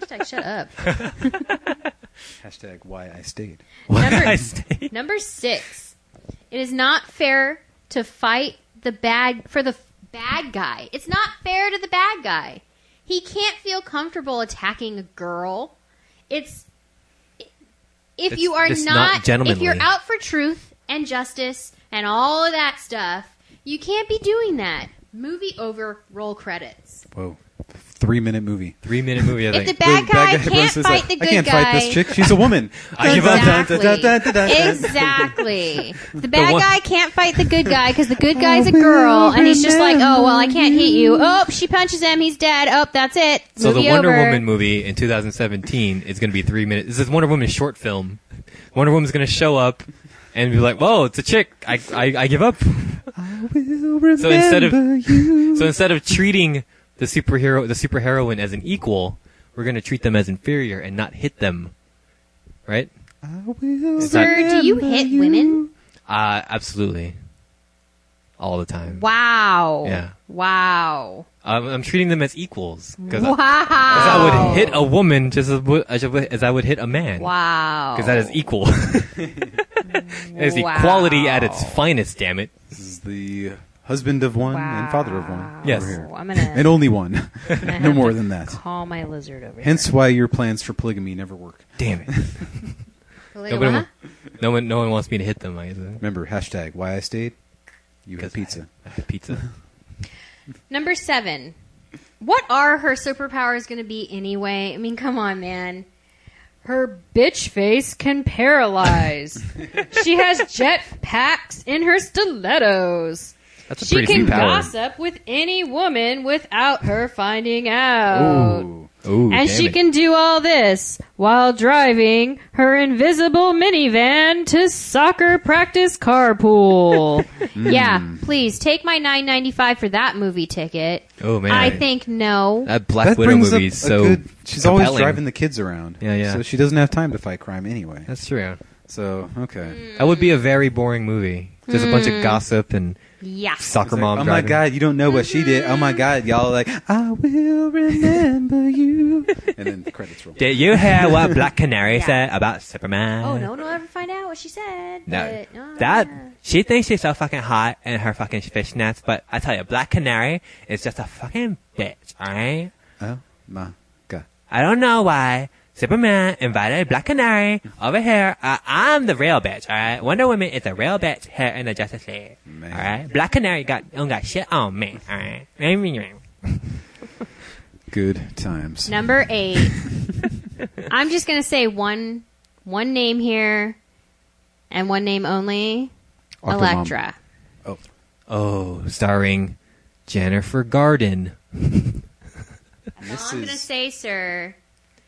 Speaker 4: Hashtag shut up.
Speaker 2: hashtag why I stayed.
Speaker 4: Number-
Speaker 1: I stay-
Speaker 4: Number six. It is not fair to fight the bad for the f- bad guy. It's not fair to the bad guy. He can't feel comfortable attacking a girl. It's if
Speaker 1: It's-
Speaker 4: you are
Speaker 1: it's not
Speaker 4: not, if
Speaker 1: gentlemanly.
Speaker 4: you're out for truth and justice and all of that stuff, you can't be doing that. Movie over, roll credits.
Speaker 2: Whoa, three minute movie.
Speaker 1: Three minute movie. I think.
Speaker 4: If the bad guy
Speaker 2: goes
Speaker 4: can't
Speaker 2: this,
Speaker 4: fight the
Speaker 2: I
Speaker 4: good
Speaker 2: can't
Speaker 4: guy,
Speaker 2: fight this chick. She's a woman. I give up. Dun,
Speaker 4: (laughs) Exactly.
Speaker 2: dun, dun, dun, dun, dun. (laughs)
Speaker 4: exactly. The bad
Speaker 1: one-
Speaker 4: guy can't fight the good guy because the good guy's a girl, and he's just like, oh well, I can't hit you. Oh, she punches him, he's dead. Oh, that's it.
Speaker 1: so the
Speaker 4: Movie
Speaker 1: Wonder
Speaker 4: over.
Speaker 1: Woman movie in 2017 is going to be three minutes. This is Wonder Woman short film. Wonder Woman's going to show up and be like, "Whoa, it's a chick. I, I, I give up." So instead of so instead of treating the superhero the superheroine as an equal, we're going to treat them as inferior and not hit them, right? It's not-
Speaker 4: Sir, do you hit women?
Speaker 1: Uh, absolutely, all the time.
Speaker 4: Wow.
Speaker 1: Yeah.
Speaker 4: Wow.
Speaker 1: I'm, I'm treating them as equals because
Speaker 4: Wow.
Speaker 1: I would hit a woman just as, wo- as I would- as I would hit a man.
Speaker 4: Wow.
Speaker 1: Because that is equal. (laughs) It's
Speaker 4: Wow.
Speaker 1: equality at its finest, damn it.
Speaker 2: This is the husband of one and father of one.
Speaker 4: Wow.
Speaker 1: Yes.
Speaker 2: over here.
Speaker 4: I'm gonna-
Speaker 2: and only
Speaker 4: (laughs)
Speaker 2: one. (laughs)
Speaker 4: I
Speaker 2: no
Speaker 4: have
Speaker 2: more
Speaker 4: to
Speaker 2: than that.
Speaker 4: Call my lizard over
Speaker 2: Hence
Speaker 4: here.
Speaker 2: why your plans for polygamy never work.
Speaker 1: Damn it.
Speaker 4: Hence,
Speaker 1: Nobody, wa- no one, no one wants me to hit them. I guess.
Speaker 2: Remember hashtag why I stayed. You had
Speaker 1: 'Cause
Speaker 2: pizza.
Speaker 1: I had pizza.
Speaker 4: Number seven. What are her superpowers going to be anyway? I mean, come on, man. Her bitch face can paralyze. she has jet packs in her stilettos.
Speaker 1: That's a
Speaker 4: She
Speaker 1: pretty
Speaker 4: can
Speaker 1: sweet power.
Speaker 4: gossip with any woman without her finding out.
Speaker 2: Ooh.
Speaker 1: Ooh, damn
Speaker 4: and she
Speaker 1: it.
Speaker 4: can do all this while driving her invisible minivan to soccer practice
Speaker 1: (laughs)
Speaker 4: carpool.
Speaker 1: Hmm.
Speaker 4: Yeah, please take my 9.95 for that movie ticket.
Speaker 1: Oh man,
Speaker 4: I think no.
Speaker 1: that Black
Speaker 2: that
Speaker 1: Widow
Speaker 2: brings
Speaker 1: movie
Speaker 2: up
Speaker 1: is
Speaker 2: a
Speaker 1: so.
Speaker 2: good. She's always
Speaker 1: compelling.
Speaker 2: driving the kids around.
Speaker 1: Yeah, yeah.
Speaker 2: So she doesn't have time to fight crime anyway.
Speaker 1: That's true.
Speaker 2: So okay.
Speaker 1: That would be a very boring movie. Just a bunch
Speaker 4: Mm.
Speaker 1: of gossip and
Speaker 4: Yeah.
Speaker 1: soccer
Speaker 2: It's like,
Speaker 1: mom.
Speaker 2: oh my
Speaker 1: driving.
Speaker 2: god, you don't know what she did. Oh my god, y'all are like I will remember you. and then the credits roll.
Speaker 1: Did you hear what
Speaker 4: (laughs)
Speaker 1: Black Canary
Speaker 4: Yeah.
Speaker 1: said about Superman?
Speaker 4: Oh, no one will ever find out what she said.
Speaker 1: No.
Speaker 4: but, uh,
Speaker 1: That she thinks she's so fucking hot in her fucking fishnets, but I tell you, Black Canary is just a fucking bitch, alright?
Speaker 2: Oh my god.
Speaker 1: I don't know why Superman invited Black Canary over here. Uh, I'm the real bitch, alright? Wonder Woman is the real bitch here in the Justice League.
Speaker 2: Man.
Speaker 1: Alright? Black Canary got don't got shit on me, alright?
Speaker 2: Good times.
Speaker 4: Number
Speaker 1: (laughs)
Speaker 4: eight. I'm just gonna say one one name here and one name only.
Speaker 2: Aquaman.
Speaker 4: Electra.
Speaker 2: Oh.
Speaker 1: Oh, starring Jennifer Garden.
Speaker 4: All I'm gonna say, sir,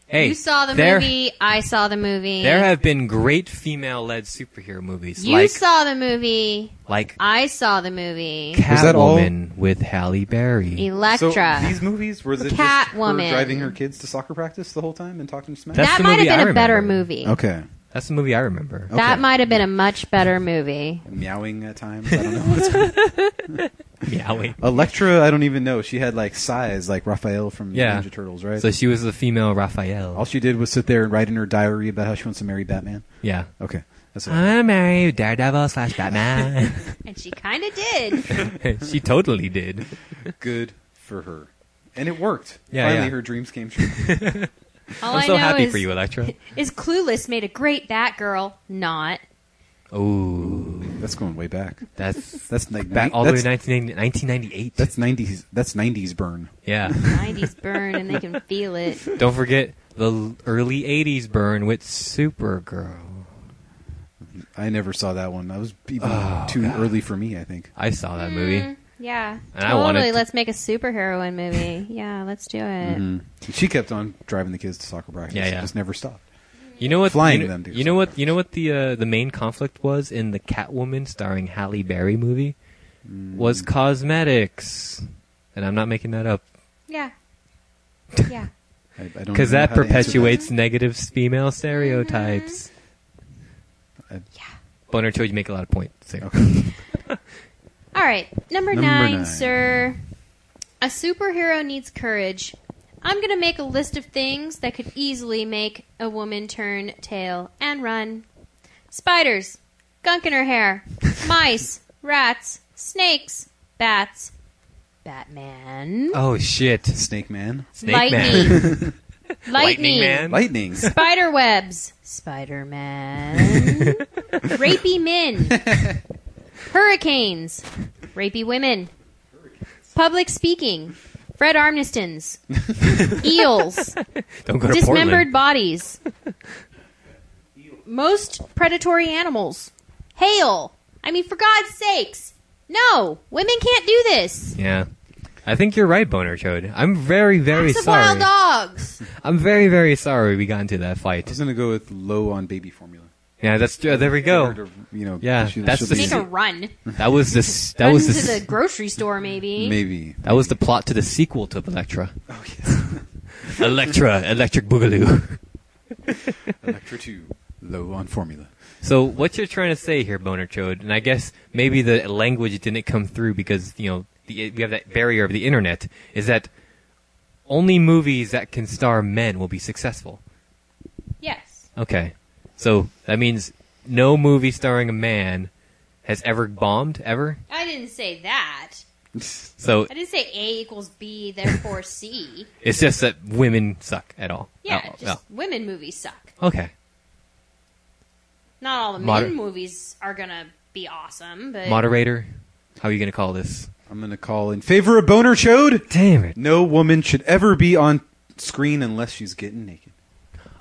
Speaker 1: Hey,
Speaker 4: you saw the
Speaker 1: there,
Speaker 4: movie. I saw the movie.
Speaker 1: There have been great female-led superhero movies,
Speaker 4: you
Speaker 1: like
Speaker 4: saw the movie.
Speaker 1: like
Speaker 4: I saw the movie.
Speaker 2: Was that all?
Speaker 1: Catwoman with Halle Berry.
Speaker 4: Electra.
Speaker 2: So these movies was it just
Speaker 4: Catwoman.
Speaker 2: her driving her kids to soccer practice the whole time and talking smack?
Speaker 1: That's
Speaker 4: that
Speaker 1: the
Speaker 4: might
Speaker 1: movie
Speaker 4: have
Speaker 1: I
Speaker 4: been a better
Speaker 1: remember.
Speaker 4: movie.
Speaker 2: okay.
Speaker 1: That's the movie I remember.
Speaker 2: Okay.
Speaker 4: That might have been a much better movie.
Speaker 2: Meowing at times. I don't know. (laughs) What's
Speaker 1: Yeah, wait.
Speaker 2: Electra, I don't even know. She had like sighs like Raphael from
Speaker 1: Yeah.
Speaker 2: Ninja Turtles, right?
Speaker 1: So she was the female Raphael.
Speaker 2: All she did was sit there and write in her diary about how she wants to marry Batman.
Speaker 1: yeah.
Speaker 2: Okay. That's it.
Speaker 1: I'm gonna marry Daredevil slash Batman. (laughs)
Speaker 4: And she kind of did.
Speaker 1: she totally did.
Speaker 2: Good for her. And it worked.
Speaker 1: Yeah,
Speaker 2: Finally
Speaker 1: yeah.
Speaker 2: her dreams came true.
Speaker 4: All
Speaker 1: I'm
Speaker 4: I
Speaker 1: so
Speaker 4: know
Speaker 1: happy
Speaker 4: is,
Speaker 1: for you,
Speaker 4: (laughs)
Speaker 1: Electra.
Speaker 4: is Clueless made a great Batgirl. Not.
Speaker 1: Oh,
Speaker 2: (laughs) that's going way back.
Speaker 1: that's
Speaker 2: That's like
Speaker 1: back all the way
Speaker 2: that's,
Speaker 1: to 1990 1998.
Speaker 2: that's 90s that's 90s burn.
Speaker 1: yeah.
Speaker 4: 90s burn and they can feel it.
Speaker 1: (laughs) Don't forget the l- early 80s burn with Supergirl.
Speaker 2: I never saw that one. That was even
Speaker 1: Oh,
Speaker 2: too early for me, I think.
Speaker 1: I saw that
Speaker 4: Mm.
Speaker 1: movie.
Speaker 4: Yeah.
Speaker 1: And I wanted
Speaker 4: totally.
Speaker 1: to- Mm-hmm.
Speaker 4: Let's make a superheroine movie. Yeah, let's do it.
Speaker 2: And she kept on driving the kids to soccer practice.
Speaker 1: Yeah, yeah.
Speaker 2: It just never stopped.
Speaker 1: You know what?
Speaker 2: Flying
Speaker 1: you know,
Speaker 2: them to
Speaker 1: you know what? You know what the uh, the main conflict was in the Catwoman starring Halle Berry movie
Speaker 2: Hmm.
Speaker 1: was cosmetics, and I'm not making that up
Speaker 4: Yeah. Yeah.
Speaker 2: I, I don't
Speaker 1: because
Speaker 2: know
Speaker 1: that
Speaker 2: how to answer
Speaker 1: perpetuates negative female stereotypes.
Speaker 2: I-
Speaker 1: Boner told you make a lot of points. there.
Speaker 2: Okay.
Speaker 4: All right. Number,
Speaker 2: Number
Speaker 4: nine,
Speaker 2: nine.
Speaker 4: sir. A superhero needs courage. I'm going to make a list of things that could easily make a woman turn tail and run spiders, gunk in her hair, mice, rats, snakes, bats, Batman,
Speaker 1: (laughs) Oh shit! (laughs)
Speaker 2: Snake Man,
Speaker 1: Snake
Speaker 4: (laughs) lightning,
Speaker 1: Man.
Speaker 4: lightning,
Speaker 1: Lightning Man.
Speaker 2: Lightning,
Speaker 4: Spider webs.
Speaker 1: (laughs)
Speaker 4: Spider Man. Rapey men. Hurricanes. Rapey women. Public speaking. Fred
Speaker 1: (laughs)
Speaker 4: Armistons. Eels.
Speaker 1: Don't go to Portland.
Speaker 4: Dismembered bodies. Most predatory animals. Hail. I mean, for God's sakes. No, women can't do this.
Speaker 1: Yeah, I think you're right, Boner Chode. I'm very, very
Speaker 4: Lots of
Speaker 1: sorry.
Speaker 4: wild
Speaker 1: (laughs)
Speaker 4: dogs.
Speaker 1: I'm very, very sorry we got into that
Speaker 2: I
Speaker 1: fight.
Speaker 2: was gonna go with low on baby formula.
Speaker 1: Yeah, that's uh, there we go.
Speaker 2: You know,
Speaker 1: Yeah,
Speaker 2: should-
Speaker 1: that's
Speaker 2: should
Speaker 1: the
Speaker 2: be-
Speaker 4: Make a run.
Speaker 1: That was this. That
Speaker 4: Run
Speaker 1: was
Speaker 4: to
Speaker 1: this.
Speaker 4: the grocery store, maybe.
Speaker 2: maybe.
Speaker 1: That was the plot to the sequel to Electra. (laughs) Electra, Electric Boogaloo.
Speaker 2: Electra two, low on formula.
Speaker 1: So what you're trying to say here, Boner Chode, and I guess maybe the language didn't come through because you know the, we have that barrier of the internet, is that only movies that can star men will be successful.
Speaker 4: Yes.
Speaker 1: Okay, so that means no movie starring a man has ever bombed ever.
Speaker 4: I didn't say that.
Speaker 1: So
Speaker 4: I didn't say A equals B, therefore
Speaker 1: (laughs)
Speaker 4: C.
Speaker 1: it's just that women suck at all.
Speaker 4: Yeah,
Speaker 1: Oh,
Speaker 4: just women movies suck.
Speaker 1: oh. Okay.
Speaker 4: Not all the
Speaker 1: Moder-
Speaker 4: men movies are gonna be awesome, but
Speaker 1: Moderator, how are you going to call this?
Speaker 2: I'm gonna call in favor of boner chode.
Speaker 1: Damn it.
Speaker 2: No woman should ever be on screen unless she's getting naked.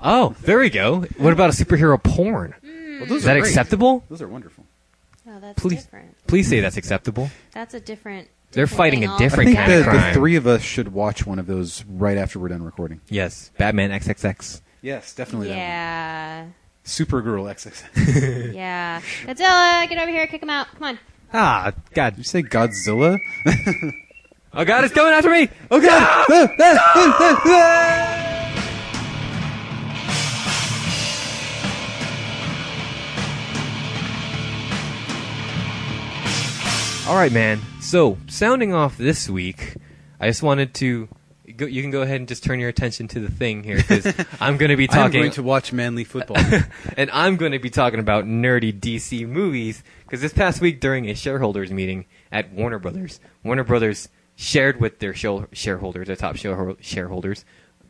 Speaker 1: Oh, there we go. What about a superhero porn?
Speaker 2: Well, those
Speaker 1: Is that
Speaker 2: are Mm. great.
Speaker 1: acceptable?
Speaker 2: Those are wonderful.
Speaker 4: no, oh, that's
Speaker 1: Please.
Speaker 4: different.
Speaker 1: Please say that's acceptable.
Speaker 4: That's a different.
Speaker 1: They're
Speaker 4: different
Speaker 1: fighting
Speaker 4: thing
Speaker 1: a
Speaker 4: all-
Speaker 1: different-
Speaker 2: I
Speaker 4: (laughs)
Speaker 2: think
Speaker 1: kind of
Speaker 2: that the
Speaker 1: crime.
Speaker 2: three of us should watch one of those right after we're done recording.
Speaker 1: Yes, Batman XXX.
Speaker 2: Yes, definitely. That
Speaker 4: Yeah,
Speaker 2: one. Supergirl XXX.
Speaker 4: yeah. Godzilla, get over here, kick him out. Come on.
Speaker 1: Ah,
Speaker 2: Did you
Speaker 1: God.
Speaker 2: say Godzilla?
Speaker 1: Oh, God, it's coming after me.
Speaker 2: Oh God! Ah! Ah! Ah! Ah!
Speaker 1: All right, man. So, sounding off this week, I just wanted to. Go, you can go ahead and just turn your attention to the thing here because I'm going to be
Speaker 2: I'm
Speaker 1: talking.
Speaker 2: going to watch manly
Speaker 1: (laughs)
Speaker 2: football.
Speaker 1: and I'm going to be talking about nerdy DC movies because this past week during a shareholders meeting at Warner Brothers, Warner Brothers shared with their shel- shareholders, their top share- shareholders,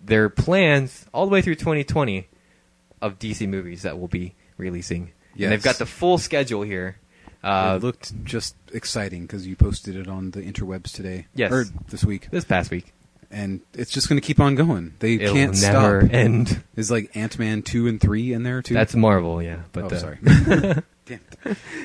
Speaker 1: their plans all the way through 2020 of DC movies that will be releasing.
Speaker 2: Yes.
Speaker 1: And they've got the full schedule here. Uh,
Speaker 2: it looked just exciting because you posted it on the interwebs today.
Speaker 1: Yes.
Speaker 2: Or this week.
Speaker 1: this past week.
Speaker 2: And it's just going to keep on going. They
Speaker 1: It'll
Speaker 2: can't
Speaker 1: never
Speaker 2: stop.
Speaker 1: end.
Speaker 2: Is like Ant Man 2 and 3 in there too?
Speaker 1: That's Marvel, yeah. But
Speaker 2: Oh,
Speaker 1: uh,
Speaker 2: sorry.
Speaker 1: (laughs)
Speaker 2: Damn.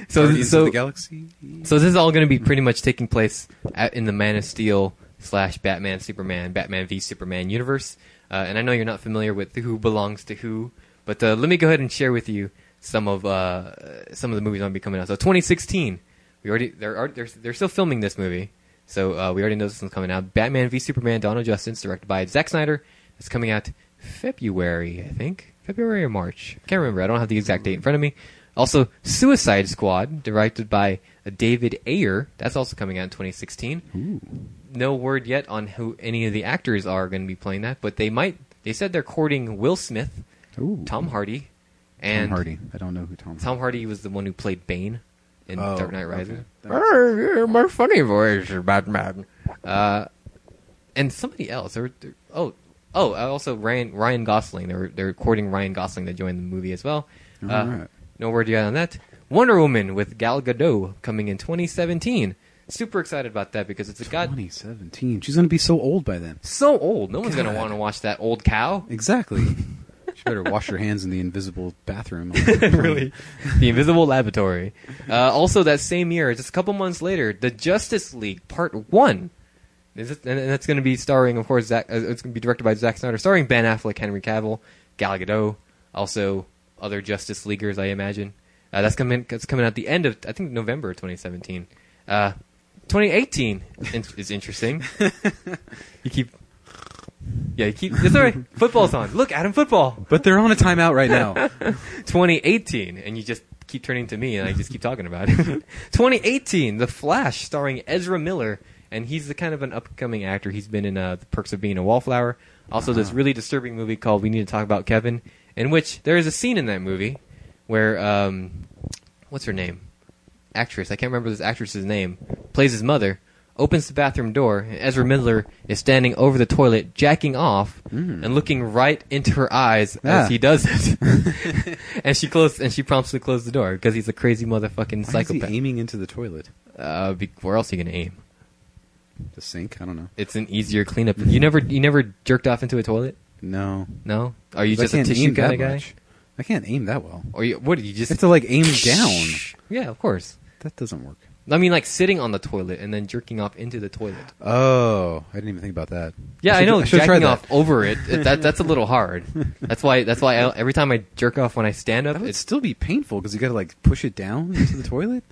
Speaker 1: So,
Speaker 2: Guardians
Speaker 1: so
Speaker 2: of the Galaxy?
Speaker 1: So this is all going to be pretty much taking place at, in the Man of Steel slash Batman Superman Batman v Superman universe. Uh, and I know you're not familiar with who belongs to who, but uh, let me go ahead and share with you some of uh, some of the movies that will be coming out. So 2016, we already there are they're, they're still filming this movie, so uh, we already know this one's coming out. Batman v Superman: Dawn of Justice, directed by Zack Snyder, is coming out February, I think, February or March. Can't remember. I don't have the exact date in front of me. Also, Suicide Squad, directed by uh, David Ayer, that's also coming out in 2016 no word yet on who any of the actors are going to be playing that, but they might. They said they're courting Will Smith,
Speaker 2: Ooh.
Speaker 1: Tom Hardy,
Speaker 2: Tom
Speaker 1: and
Speaker 2: Hardy. I don't know who Tom.
Speaker 1: Tom Hardy was the one who played Bane in
Speaker 2: Oh,
Speaker 1: Dark Knight Rises.
Speaker 2: okay.
Speaker 1: Oh, my funny voice, Batman. Uh, and somebody else. There, were- there- oh, oh, uh, also Ryan Ryan Gosling. They're they're courting Ryan Gosling to join the movie as well. Uh,
Speaker 2: All right.
Speaker 1: No word yet on that. Wonder Woman with Gal Gadot coming in 2017. Super excited about that because it's a god.
Speaker 2: 2017. She's going to be so old by then.
Speaker 1: so old. No one's going
Speaker 2: God.
Speaker 1: to want to watch that old cow.
Speaker 2: Exactly. (laughs) she better wash her hands in the invisible
Speaker 1: (laughs)
Speaker 2: bathroom. (laughs)
Speaker 1: really? the Invisible Laboratory. Uh, also, that same year, just a couple months later, the Justice League Part 1. Is it- and, and that's going to be starring, of course, Zack, uh, it's going to be directed by Zack Snyder, starring Ben Affleck, Henry Cavill, Gal Gadot, also other Justice Leaguers, I imagine. Uh, that's coming. That's coming out the end of I think November 2017. Uh, 2018 in- is interesting. you keep, yeah, you keep. It's all right. Football's on. Look, Adam, football.
Speaker 2: But they're on a timeout
Speaker 1: (laughs)
Speaker 2: right now.
Speaker 1: 2018, and you just keep turning to me, and I just keep talking about it. (laughs) 2018, The Flash, starring Ezra Miller, and he's the kind of an upcoming actor. He's been in uh, The Perks of Being a Wallflower. Also, this really disturbing movie called We Need to Talk About Kevin, in which there is a scene in that movie where um, what's her name? Actress. I can't remember this actress's name. Plays his mother. Opens the bathroom door, and Ezra Miller is standing over the toilet, jacking off, and looking right into her eyes
Speaker 2: Ah.
Speaker 1: as he does
Speaker 2: (laughs)
Speaker 1: it. and she closed, and she promptly closed the door because he's a crazy motherfucking
Speaker 2: Why is he
Speaker 1: psychopath.
Speaker 2: aiming into the toilet?
Speaker 1: Uh, be- where else are you gonna aim?
Speaker 2: The sink? I don't know.
Speaker 1: It's an easier cleanup. You never, you never jerked off into a toilet?
Speaker 2: No.
Speaker 1: No. Are you
Speaker 2: 'Cause I
Speaker 1: just a
Speaker 2: can't
Speaker 1: tissue
Speaker 2: aim
Speaker 1: kind
Speaker 2: that
Speaker 1: of guy?
Speaker 2: much. I can't aim that well.
Speaker 1: Or you, what? You
Speaker 2: I have
Speaker 1: just
Speaker 2: to like aim down.
Speaker 1: yeah, of course.
Speaker 2: That doesn't work.
Speaker 1: I mean, like sitting on the toilet and then jerking off into the toilet.
Speaker 2: Oh, I didn't even think about that.
Speaker 1: Yeah, I,
Speaker 2: should-
Speaker 1: know.
Speaker 2: should
Speaker 1: jacking
Speaker 2: try that.
Speaker 1: off over it, it- that, that's a little hard. That's why. That's why I, every time I jerk off when I stand up,
Speaker 2: That would
Speaker 1: it's
Speaker 2: still be painful because you got to like push it down into
Speaker 1: (laughs)
Speaker 2: the toilet.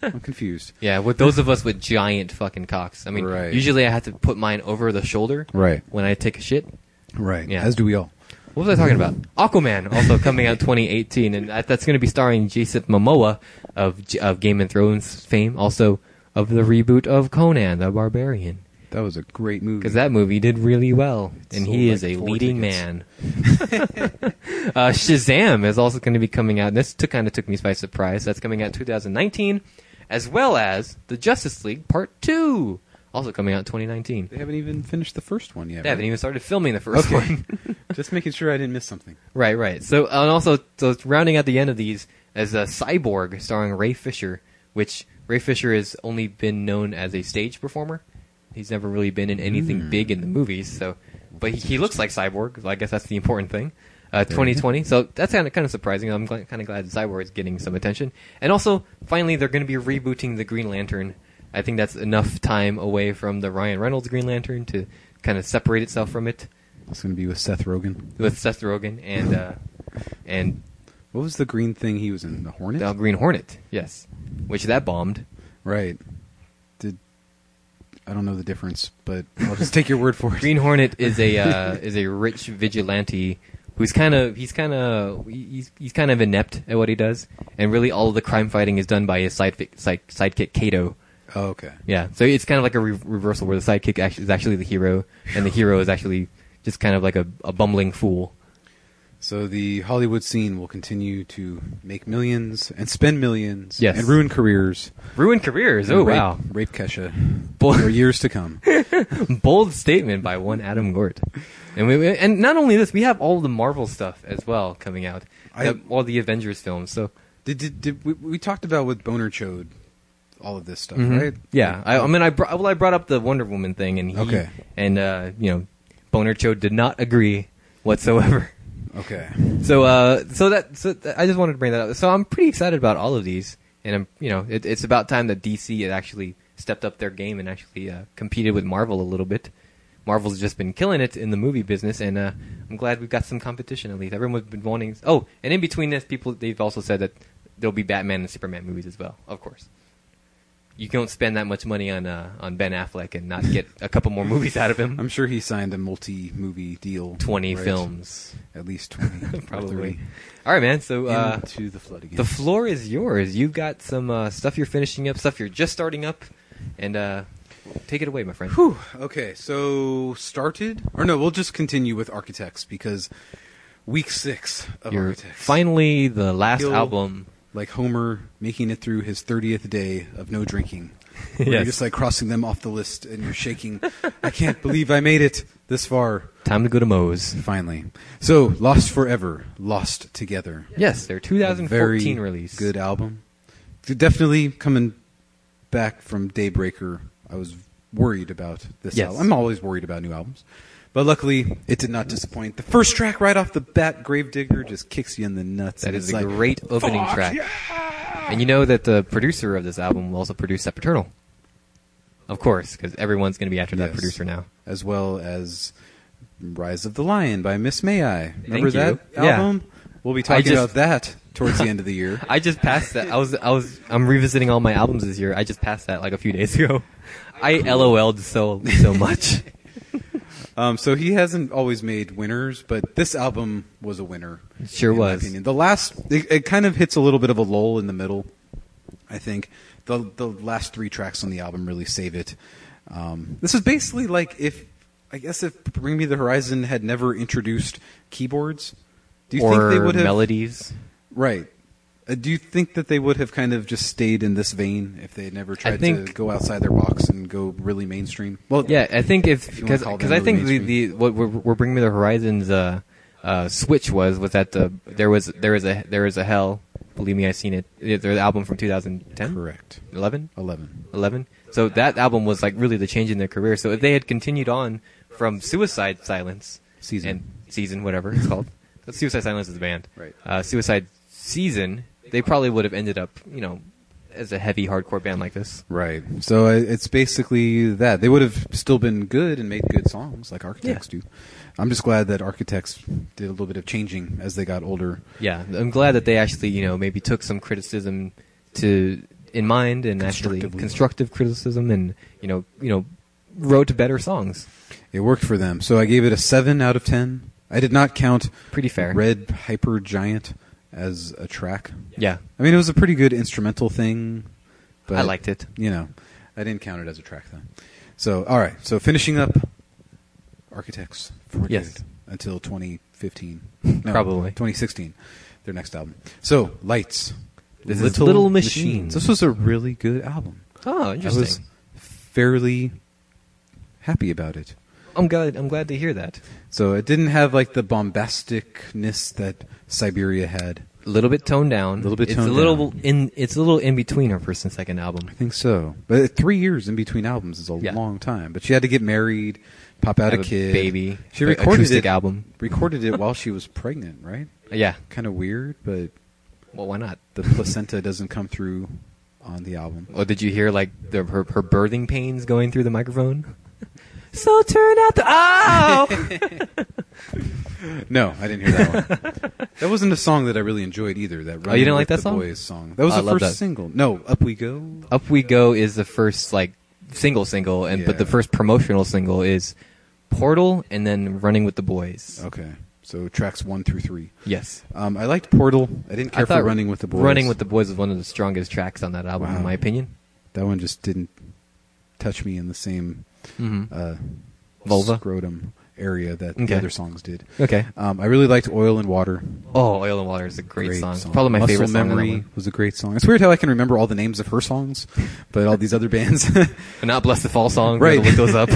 Speaker 2: I'm confused.
Speaker 1: yeah. With those of us with giant fucking cocks, I mean,
Speaker 2: Right.
Speaker 1: usually I have to put mine over the shoulder
Speaker 2: Right.
Speaker 1: when I take a shit.
Speaker 2: Right.
Speaker 1: Yeah.
Speaker 2: As do we all.
Speaker 1: What was I talking about? Aquaman also coming out 2018, and that, that's going to be starring Jason Momoa of J- of Game of Thrones fame, also of the reboot of Conan the Barbarian,
Speaker 2: That was a great movie.
Speaker 1: because that movie did really well, and
Speaker 2: sold
Speaker 1: he is
Speaker 2: like
Speaker 1: a
Speaker 2: four
Speaker 1: leading
Speaker 2: tickets.
Speaker 1: man. (laughs) uh, Shazam is also going to be coming out. And this took, kind of took me by surprise. That's coming out 2019, as well as the Justice League Part Two, also coming out 2019.
Speaker 2: they haven't even finished the first one yet.
Speaker 1: They haven't
Speaker 2: right?
Speaker 1: even started filming the first
Speaker 2: Okay.
Speaker 1: one.
Speaker 2: Just making sure I didn't miss something.
Speaker 1: Right, right. So and also so it's rounding out the end of these as a cyborg starring Ray Fisher, which Ray Fisher has only been known as a stage performer. He's never really been in anything big in the movies. So, but he, he looks like cyborg. so I guess that's the important thing. Uh, 2020. So that's kind of kind of surprising. I'm gl- kind of glad cyborg is getting some attention. And also, finally, they're going to be rebooting the Green Lantern. I think that's enough time away from the Ryan Reynolds Green Lantern to kind of separate itself from it
Speaker 2: It's going to be with Seth Rogen.
Speaker 1: with Seth Rogen and uh, and
Speaker 2: What was the green thing he was in? The Hornet.
Speaker 1: the Green Hornet. Yes, which that bombed.
Speaker 2: Right. Did I don't know the difference, but I'll just take your word for it.
Speaker 1: Green Hornet is a uh, is a rich vigilante who's kind of he's kind of he's, he's kind of inept at what he does, and really all of the crime fighting is done by his side, side, sidekick Kato.
Speaker 2: Oh, okay.
Speaker 1: Yeah, so it's kind of like a re- reversal where the sidekick actually, is actually the hero, and the hero is actually just kind of like a, a bumbling fool.
Speaker 2: So the Hollywood scene will continue to make millions and spend millions
Speaker 1: Yes.
Speaker 2: and ruin careers.
Speaker 1: Ruined careers. Oh
Speaker 2: and rape,
Speaker 1: wow,
Speaker 2: Rape Kesha
Speaker 1: Boy.
Speaker 2: for years
Speaker 1: (laughs)
Speaker 2: to come.
Speaker 1: bold statement by one Adam Gort. And we we- and not only this, we have all the Marvel stuff as well coming out,
Speaker 2: I-
Speaker 1: The- all the Avengers films. So
Speaker 2: Did, did, did we, we talked about with Boner Chode all of this stuff,
Speaker 1: Mhm.
Speaker 2: right?
Speaker 1: Yeah, I, I mean, I brought, well, I brought up the Wonder Woman thing, and he
Speaker 2: Okay.
Speaker 1: and uh, you know, Boner Cho did not agree whatsoever.
Speaker 2: Okay.
Speaker 1: So, uh, so that so th- I just wanted to bring that up. So I'm pretty excited about all of these, and I'm you know, it, it's about time that DC had actually stepped up their game and actually uh, competed with Marvel a little bit. Marvel's just been killing it in the movie business, and uh, I'm glad we've got some competition at least. Everyone's been wanting. Oh, and in between this, people they've also said that there'll be Batman and Superman movies as well, of course. You don't spend that much money on uh, on Ben Affleck and not get a couple more movies out of him.
Speaker 2: I'm sure he signed a multi-movie deal.
Speaker 1: 20
Speaker 2: right?
Speaker 1: films,
Speaker 2: At
Speaker 1: (laughs)
Speaker 2: least 20.
Speaker 1: probably. All right, man. So uh,
Speaker 2: to the flood again.
Speaker 1: the floor is yours. You've got some uh, stuff you're finishing up, stuff you're just starting up, and uh, take it away, my friend.
Speaker 2: Whew. Okay, so started or no? We'll just continue with Architects because week six of
Speaker 1: You're
Speaker 2: Architects,
Speaker 1: finally the last
Speaker 2: You'll-
Speaker 1: album.
Speaker 2: like Homer making it through his thirtieth day of no
Speaker 1: (laughs)
Speaker 2: drinking. Where You're
Speaker 1: Yes.
Speaker 2: just like crossing them off the list, and you're shaking. (laughs) I can't believe I made it this far.
Speaker 1: Time to go to Moe's.
Speaker 2: Finally, so Lost Forever, Lost Together.
Speaker 1: Yes, their 2014
Speaker 2: very
Speaker 1: release.
Speaker 2: Good album. Definitely coming back from Daybreaker. I was worried about this
Speaker 1: Yes.
Speaker 2: album. I'm always worried about new albums. But luckily, it did not disappoint. The first track right off the bat, Gravedigger, just kicks you in the nuts.
Speaker 1: That
Speaker 2: and
Speaker 1: is
Speaker 2: it's
Speaker 1: a
Speaker 2: like,
Speaker 1: great opening track. And you know that the producer of this album will also produce that Turtle. Of course, because everyone's going to be after that
Speaker 2: Yes.
Speaker 1: producer now.
Speaker 2: As well as Rise of the Lion by Miss May I. Remember
Speaker 1: you.
Speaker 2: that
Speaker 1: Yeah.
Speaker 2: album? We'll be talking
Speaker 1: just-
Speaker 2: about that towards the end of
Speaker 1: (laughs)
Speaker 2: the year.
Speaker 1: I just passed that. I was, I was, I'm revisiting all my albums this year. I just passed that like a few days (laughs) ago. I LOL'd so, so
Speaker 2: (laughs)
Speaker 1: much.
Speaker 2: Um, so he hasn't always made winners, but this album was a winner.
Speaker 1: It sure
Speaker 2: in my
Speaker 1: was.
Speaker 2: opinion. The last, it, it kind of hits a little bit of a lull in the middle. I think the the last three tracks on the album really save it. Um, this is basically like if I guess if Bring Me the Horizon had never introduced keyboards, do you
Speaker 1: or
Speaker 2: think they would have
Speaker 1: melodies.
Speaker 2: right? Uh, do you think that they would have kind of just stayed in this vein if they had never tried to
Speaker 1: think-
Speaker 2: go outside their box and go really mainstream? Well,
Speaker 1: Yeah, I think if
Speaker 2: you wanna
Speaker 1: because
Speaker 2: call them
Speaker 1: because I think the,
Speaker 2: really
Speaker 1: the what we're, we're bringing me the horizons uh, uh, switch was was that the there was there is a there is a hell. Believe me, I seen it. It- The album from 2010,
Speaker 2: correct.
Speaker 1: 11,
Speaker 2: Eleven.
Speaker 1: 11. So that album was like really the change in their career. So if they had continued on from Suicide Silence
Speaker 2: Season.
Speaker 1: and season whatever
Speaker 2: (laughs)
Speaker 1: it's called, That's Suicide Silence is the band.
Speaker 2: Right.
Speaker 1: Uh, Suicide Season, they probably would have ended up you know as a heavy hardcore band like this.
Speaker 2: Right. So uh, it's basically that. They would have still been good and made good songs like Architects do. I'm just glad that Architects did a little bit of changing as they got older.
Speaker 1: Yeah, I'm glad that they actually, you know, maybe took some criticism to in mind and actually
Speaker 2: Constructively.
Speaker 1: constructive criticism and you know, you know, wrote better songs.
Speaker 2: It worked for them. So I gave it a 7 out of 10. I did not count
Speaker 1: Pretty fair.
Speaker 2: Red Hyper Giant as a track.
Speaker 1: Yeah,
Speaker 2: I mean, it was a pretty good instrumental thing. But
Speaker 1: I liked it.
Speaker 2: You know, I didn't count it as a track though. So, all right. So finishing up Architects for
Speaker 1: Yes.
Speaker 2: good until 2015. No,
Speaker 1: Probably.
Speaker 2: 2016, their next album. So, Lights.
Speaker 1: This is Little Machines.
Speaker 2: This was a really good album.
Speaker 1: Oh,
Speaker 2: I
Speaker 1: interesting.
Speaker 2: was fairly happy about it.
Speaker 1: I'm glad. I'm glad to hear that.
Speaker 2: So it didn't have like the bombasticness that Siberia had.
Speaker 1: A little bit toned down. A
Speaker 2: Little bit
Speaker 1: It's
Speaker 2: toned
Speaker 1: a little
Speaker 2: down.
Speaker 1: in. It's a little in between her first and second album.
Speaker 2: I think so. But three years in between albums is a
Speaker 1: Yeah.
Speaker 2: long time. But she had to get married, pop out
Speaker 1: Have
Speaker 2: a
Speaker 1: a
Speaker 2: kid,
Speaker 1: baby,
Speaker 2: She
Speaker 1: a-
Speaker 2: recorded
Speaker 1: acoustic
Speaker 2: it,
Speaker 1: album.
Speaker 2: Recorded it while she was pregnant, right?
Speaker 1: Yeah.
Speaker 2: Kind of weird, but
Speaker 1: Well, why not?
Speaker 2: the placenta doesn't come through on the album.
Speaker 1: Or oh, did you hear like the, her her birthing pains going through the microphone? (laughs) so turn out the oh.
Speaker 2: No, I didn't hear that one.
Speaker 1: (laughs)
Speaker 2: that wasn't a song that I really enjoyed either. That Running
Speaker 1: Oh, didn't like
Speaker 2: With
Speaker 1: that
Speaker 2: the
Speaker 1: song?
Speaker 2: Boys song. That was
Speaker 1: Oh, I
Speaker 2: the
Speaker 1: love
Speaker 2: first
Speaker 1: that.
Speaker 2: single. No, Up We Go.
Speaker 1: Up We Go is the first like single single, and but the
Speaker 2: Yeah.
Speaker 1: first promotional single is Portal, and then Running with the Boys.
Speaker 2: Okay, so tracks one through three.
Speaker 1: Yes,
Speaker 2: Um, I liked Portal. I didn't care
Speaker 1: I thought
Speaker 2: for Running with the Boys.
Speaker 1: Running with the Boys is one of the strongest tracks on that album,
Speaker 2: Wow.
Speaker 1: in my opinion.
Speaker 2: that one just didn't touch me in the same
Speaker 1: Mm-hmm.
Speaker 2: uh,
Speaker 1: Vulva?
Speaker 2: scrotum area that
Speaker 1: Okay.
Speaker 2: the other songs did.
Speaker 1: Okay.
Speaker 2: Um, I really liked Oil and Water.
Speaker 1: Oh, Oil and Water is a great, song.
Speaker 2: song.
Speaker 1: Probably my
Speaker 2: Muscle
Speaker 1: favorite song. on that
Speaker 2: Memory
Speaker 1: one.
Speaker 2: was a great song. It's weird how I can remember all the names of her songs, but all these other bands. (laughs)
Speaker 1: But not Bless the Fall song.
Speaker 2: Right.
Speaker 1: Right. Look those
Speaker 2: (laughs)
Speaker 1: up.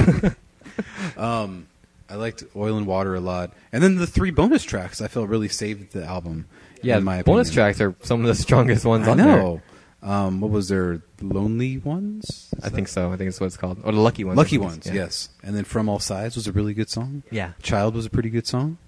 Speaker 2: I liked Oil and Water a lot, and then the three bonus tracks I felt really saved the album.
Speaker 1: yeah,
Speaker 2: in my
Speaker 1: bonus
Speaker 2: opinion.
Speaker 1: tracks are some of the strongest ones
Speaker 2: I
Speaker 1: on
Speaker 2: know. Um, what was their Lonely Ones? Is
Speaker 1: there. I
Speaker 2: that-
Speaker 1: think so. I think it's what it's called. Or the Lucky Ones. I
Speaker 2: Lucky
Speaker 1: think it's-
Speaker 2: Ones, yes. And then From All Sides was a really good song.
Speaker 1: Yeah.
Speaker 2: Child was a pretty good song.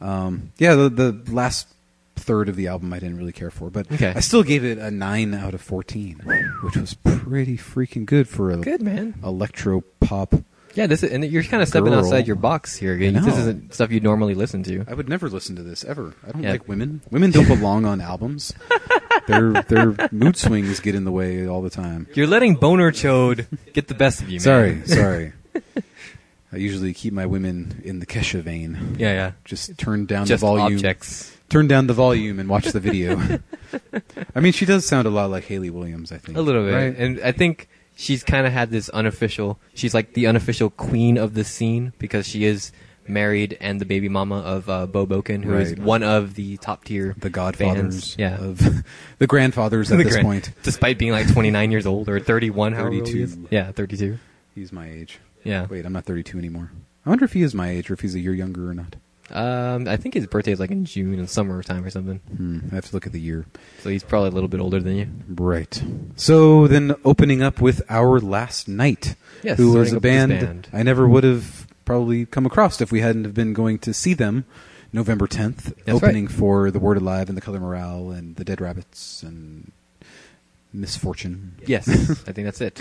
Speaker 2: Um, yeah, the, the last third of the album I didn't really care for, but
Speaker 1: Okay.
Speaker 2: I still gave it a 9 out of 14, which was pretty freaking good for a
Speaker 1: Good man.
Speaker 2: electro pop
Speaker 1: Yeah, this is, and you're kind of stepping
Speaker 2: Girl.
Speaker 1: outside your box here. Again.
Speaker 2: I know.
Speaker 1: This isn't stuff you normally listen to.
Speaker 2: I would never listen to this ever. I don't
Speaker 1: Yeah.
Speaker 2: like women. Women don't belong
Speaker 1: (laughs)
Speaker 2: on albums. their their mood swings get in the way all the time.
Speaker 1: You're letting Boner Chode get the best of you. Man. (laughs)
Speaker 2: Sorry, sorry. I usually keep my women in the Kesha vein.
Speaker 1: Yeah, yeah.
Speaker 2: Just turn down
Speaker 1: Just
Speaker 2: the volume.
Speaker 1: objects.
Speaker 2: Turn down the volume and watch the video. (laughs) I mean, she does sound a lot like Haley Williams. I think
Speaker 1: A little bit.
Speaker 2: Right?
Speaker 1: And I think she's kind of had this unofficial, she's like the unofficial queen of the scene because she is married and the baby mama of uh, Bo Boken, who is
Speaker 2: Right.
Speaker 1: one of the top tier
Speaker 2: the
Speaker 1: bands.
Speaker 2: godfathers
Speaker 1: Yeah.
Speaker 2: of (laughs) the grandfathers at
Speaker 1: The
Speaker 2: this
Speaker 1: grand-
Speaker 2: point.
Speaker 1: Despite being like 29 years old or 31, however old he
Speaker 2: 32.
Speaker 1: is. Yeah, 32.
Speaker 2: He's my age.
Speaker 1: Yeah.
Speaker 2: Wait, I'm not 32 anymore. I wonder if he is my age or if he's a year younger or not.
Speaker 1: Um, I think his birthday is like in June and summertime or something.
Speaker 2: Hmm, I have to look at the year.
Speaker 1: So he's probably a little bit older than you.
Speaker 2: Right. So then, opening up with our last night,
Speaker 1: Yes,
Speaker 2: who was
Speaker 1: starting
Speaker 2: a
Speaker 1: up with this
Speaker 2: band,
Speaker 1: band.
Speaker 2: I never would have probably come across if we hadn't have been going to see them November tenth,
Speaker 1: That's
Speaker 2: opening for the Word Alive and the Color Morale and the Dead Rabbits and Misfortune. (laughs)
Speaker 1: Yes, I think that's it.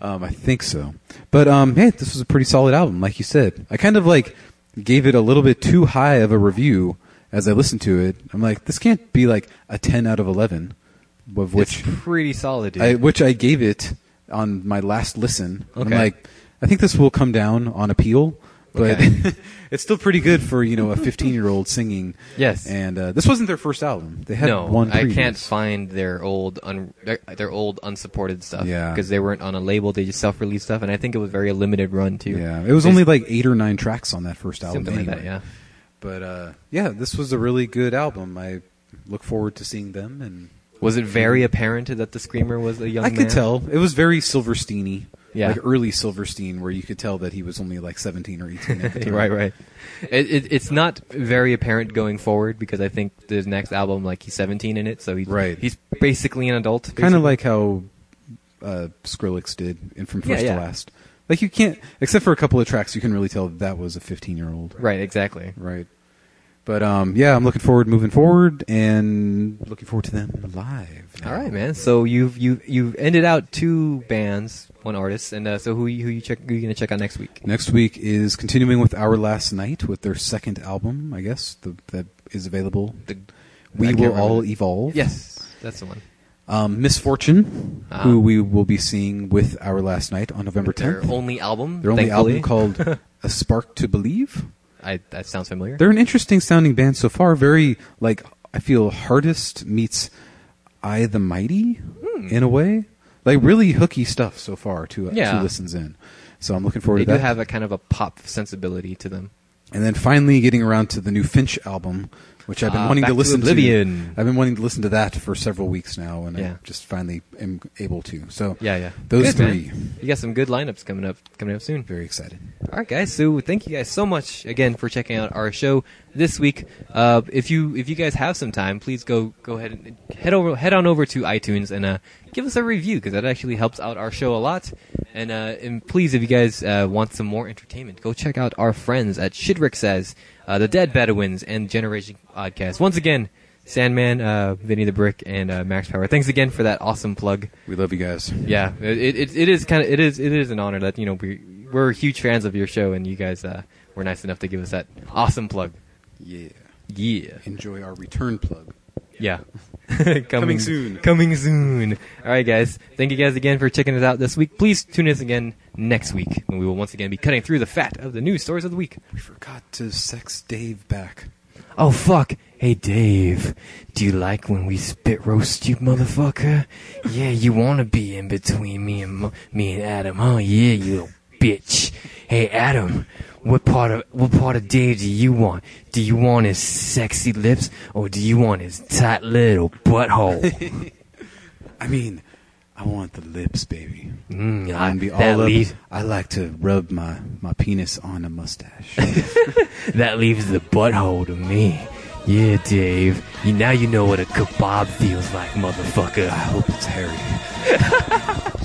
Speaker 2: Um, I think so. But um, hey, this was a pretty solid album, like you said. I kind of like gave it a little bit too high of a review as I listened to it. I'm like, this can't be like a ten out of eleven, of which.
Speaker 1: It's pretty solid, dude.
Speaker 2: I, which I gave it on my last listen. I'm
Speaker 1: Okay.
Speaker 2: like, I think this will come down on appeal, but (laughs)
Speaker 1: Okay.
Speaker 2: it's still pretty good for you know (laughs) a 15 year old singing.
Speaker 1: Yes.
Speaker 2: and uh, this wasn't their first album. They had
Speaker 1: no,
Speaker 2: one.
Speaker 1: I
Speaker 2: previous.
Speaker 1: can't find their old un, their, their old unsupported stuff.
Speaker 2: Yeah.
Speaker 1: because they weren't on a label; they just self-released stuff, and I think it was very a limited run too.
Speaker 2: Yeah, it was
Speaker 1: It's
Speaker 2: only like eight or nine tracks on that first album.
Speaker 1: something like that.
Speaker 2: anyway.
Speaker 1: Yeah,
Speaker 2: But uh, yeah, this was a really good album. I look forward to seeing them, and
Speaker 1: was it very apparent that the screamer was a young?
Speaker 2: I
Speaker 1: man?
Speaker 2: could tell it was very Silversteiny.
Speaker 1: Yeah.
Speaker 2: like early Silverstein, where you could tell that he was only like 17 or 18 at the (laughs)
Speaker 1: (laughs)
Speaker 2: time.
Speaker 1: right, right. It, it, it's not very apparent going forward because I think the next album, like he's 17 in it, so he's
Speaker 2: Right.
Speaker 1: He's basically an adult.
Speaker 2: kind
Speaker 1: basically.
Speaker 2: of like how uh, Skrillex did in from
Speaker 1: Yeah,
Speaker 2: first
Speaker 1: yeah.
Speaker 2: to last. Like you can't, except for a couple of tracks, you can really tell that was a 15 year old,
Speaker 1: right, exactly.
Speaker 2: right? But um, yeah, I'm looking forward moving forward and looking forward to them live. now.
Speaker 1: All right, man. So you've you have you've ended out two bands, one artist, and uh, so who you- who you check who you gonna check out next week?
Speaker 2: Next week is continuing with Our Last Night with their second album, I guess the, that is available.
Speaker 1: The- I
Speaker 2: we
Speaker 1: can't
Speaker 2: will
Speaker 1: remember
Speaker 2: all
Speaker 1: the-
Speaker 2: evolve.
Speaker 1: Yes, that's the one.
Speaker 2: Um, Misfortune,
Speaker 1: Ah.
Speaker 2: who we will be seeing with Our Last Night on November 10th.
Speaker 1: Their only album.
Speaker 2: Their only
Speaker 1: thankfully. (laughs)
Speaker 2: album called A Spark to Believe.
Speaker 1: I, that sounds familiar.
Speaker 2: They're an interesting sounding band so far. Very like I feel hardest meets I the Mighty
Speaker 1: Hmm.
Speaker 2: in a way. Like really hooky stuff so far. Two
Speaker 1: Yeah.
Speaker 2: two listens in. So I'm looking forward
Speaker 1: They
Speaker 2: to
Speaker 1: do
Speaker 2: that.
Speaker 1: have a kind of a pop sensibility to them.
Speaker 2: and then finally getting around to the new Finch album, which I've been
Speaker 1: Ah,
Speaker 2: wanting
Speaker 1: Back
Speaker 2: to
Speaker 1: to
Speaker 2: listen
Speaker 1: Oblivion.
Speaker 2: I've been wanting to listen to that for several weeks now, and
Speaker 1: Yeah.
Speaker 2: I just finally am able to. So
Speaker 1: Yeah, yeah.
Speaker 2: those
Speaker 1: Good,
Speaker 2: three.
Speaker 1: man. You got some good lineups coming up coming up soon.
Speaker 2: Very excited.
Speaker 1: All right, guys. So thank you guys so much again for checking out our show this week. Uh, if you if you guys have some time, please go go ahead and head over head on over to iTunes and uh, give us a review because that actually helps out our show a lot. And uh, and please, if you guys uh, want some more entertainment, go check out our friends at Shidrick Says, uh, the Dead Bedouins, and Generation Podcast. Once again, Sandman, uh, Vinny the Brick, and uh, Max Power. Thanks again for that awesome plug.
Speaker 2: We love you guys.
Speaker 1: Yeah, it it, it is kind of it is it is an honor that you know we we're huge fans of your show and you guys uh, were nice enough to give us that awesome plug.
Speaker 2: Yeah.
Speaker 1: Yeah,
Speaker 2: Enjoy our return plug.
Speaker 1: yeah. (laughs) coming,
Speaker 2: soon.
Speaker 1: Coming soon. All right, guys. Thank you guys again for checking us out this week. Please tune us again next week when we will once again be cutting through the fat of the news stories of the week.
Speaker 2: We forgot to sex Dave back.
Speaker 1: Oh fuck! Hey Dave, do you like when we spit roast you, motherfucker? Yeah, you wanna be in between me and mo- me and Adam, huh? Yeah, you little bitch. Hey Adam, what part of what part of Dave do you want? Do you want his sexy lips or do you want his tight little butthole?
Speaker 2: I mean, I want the lips, baby.
Speaker 1: Mm, I,
Speaker 2: And be
Speaker 1: that
Speaker 2: all up-
Speaker 1: leaves
Speaker 2: I like to rub my, my penis on a mustache.
Speaker 1: that leaves the butthole to me. Yeah, Dave, you now you know what a kebab feels like, motherfucker.
Speaker 2: I hope it's hairy.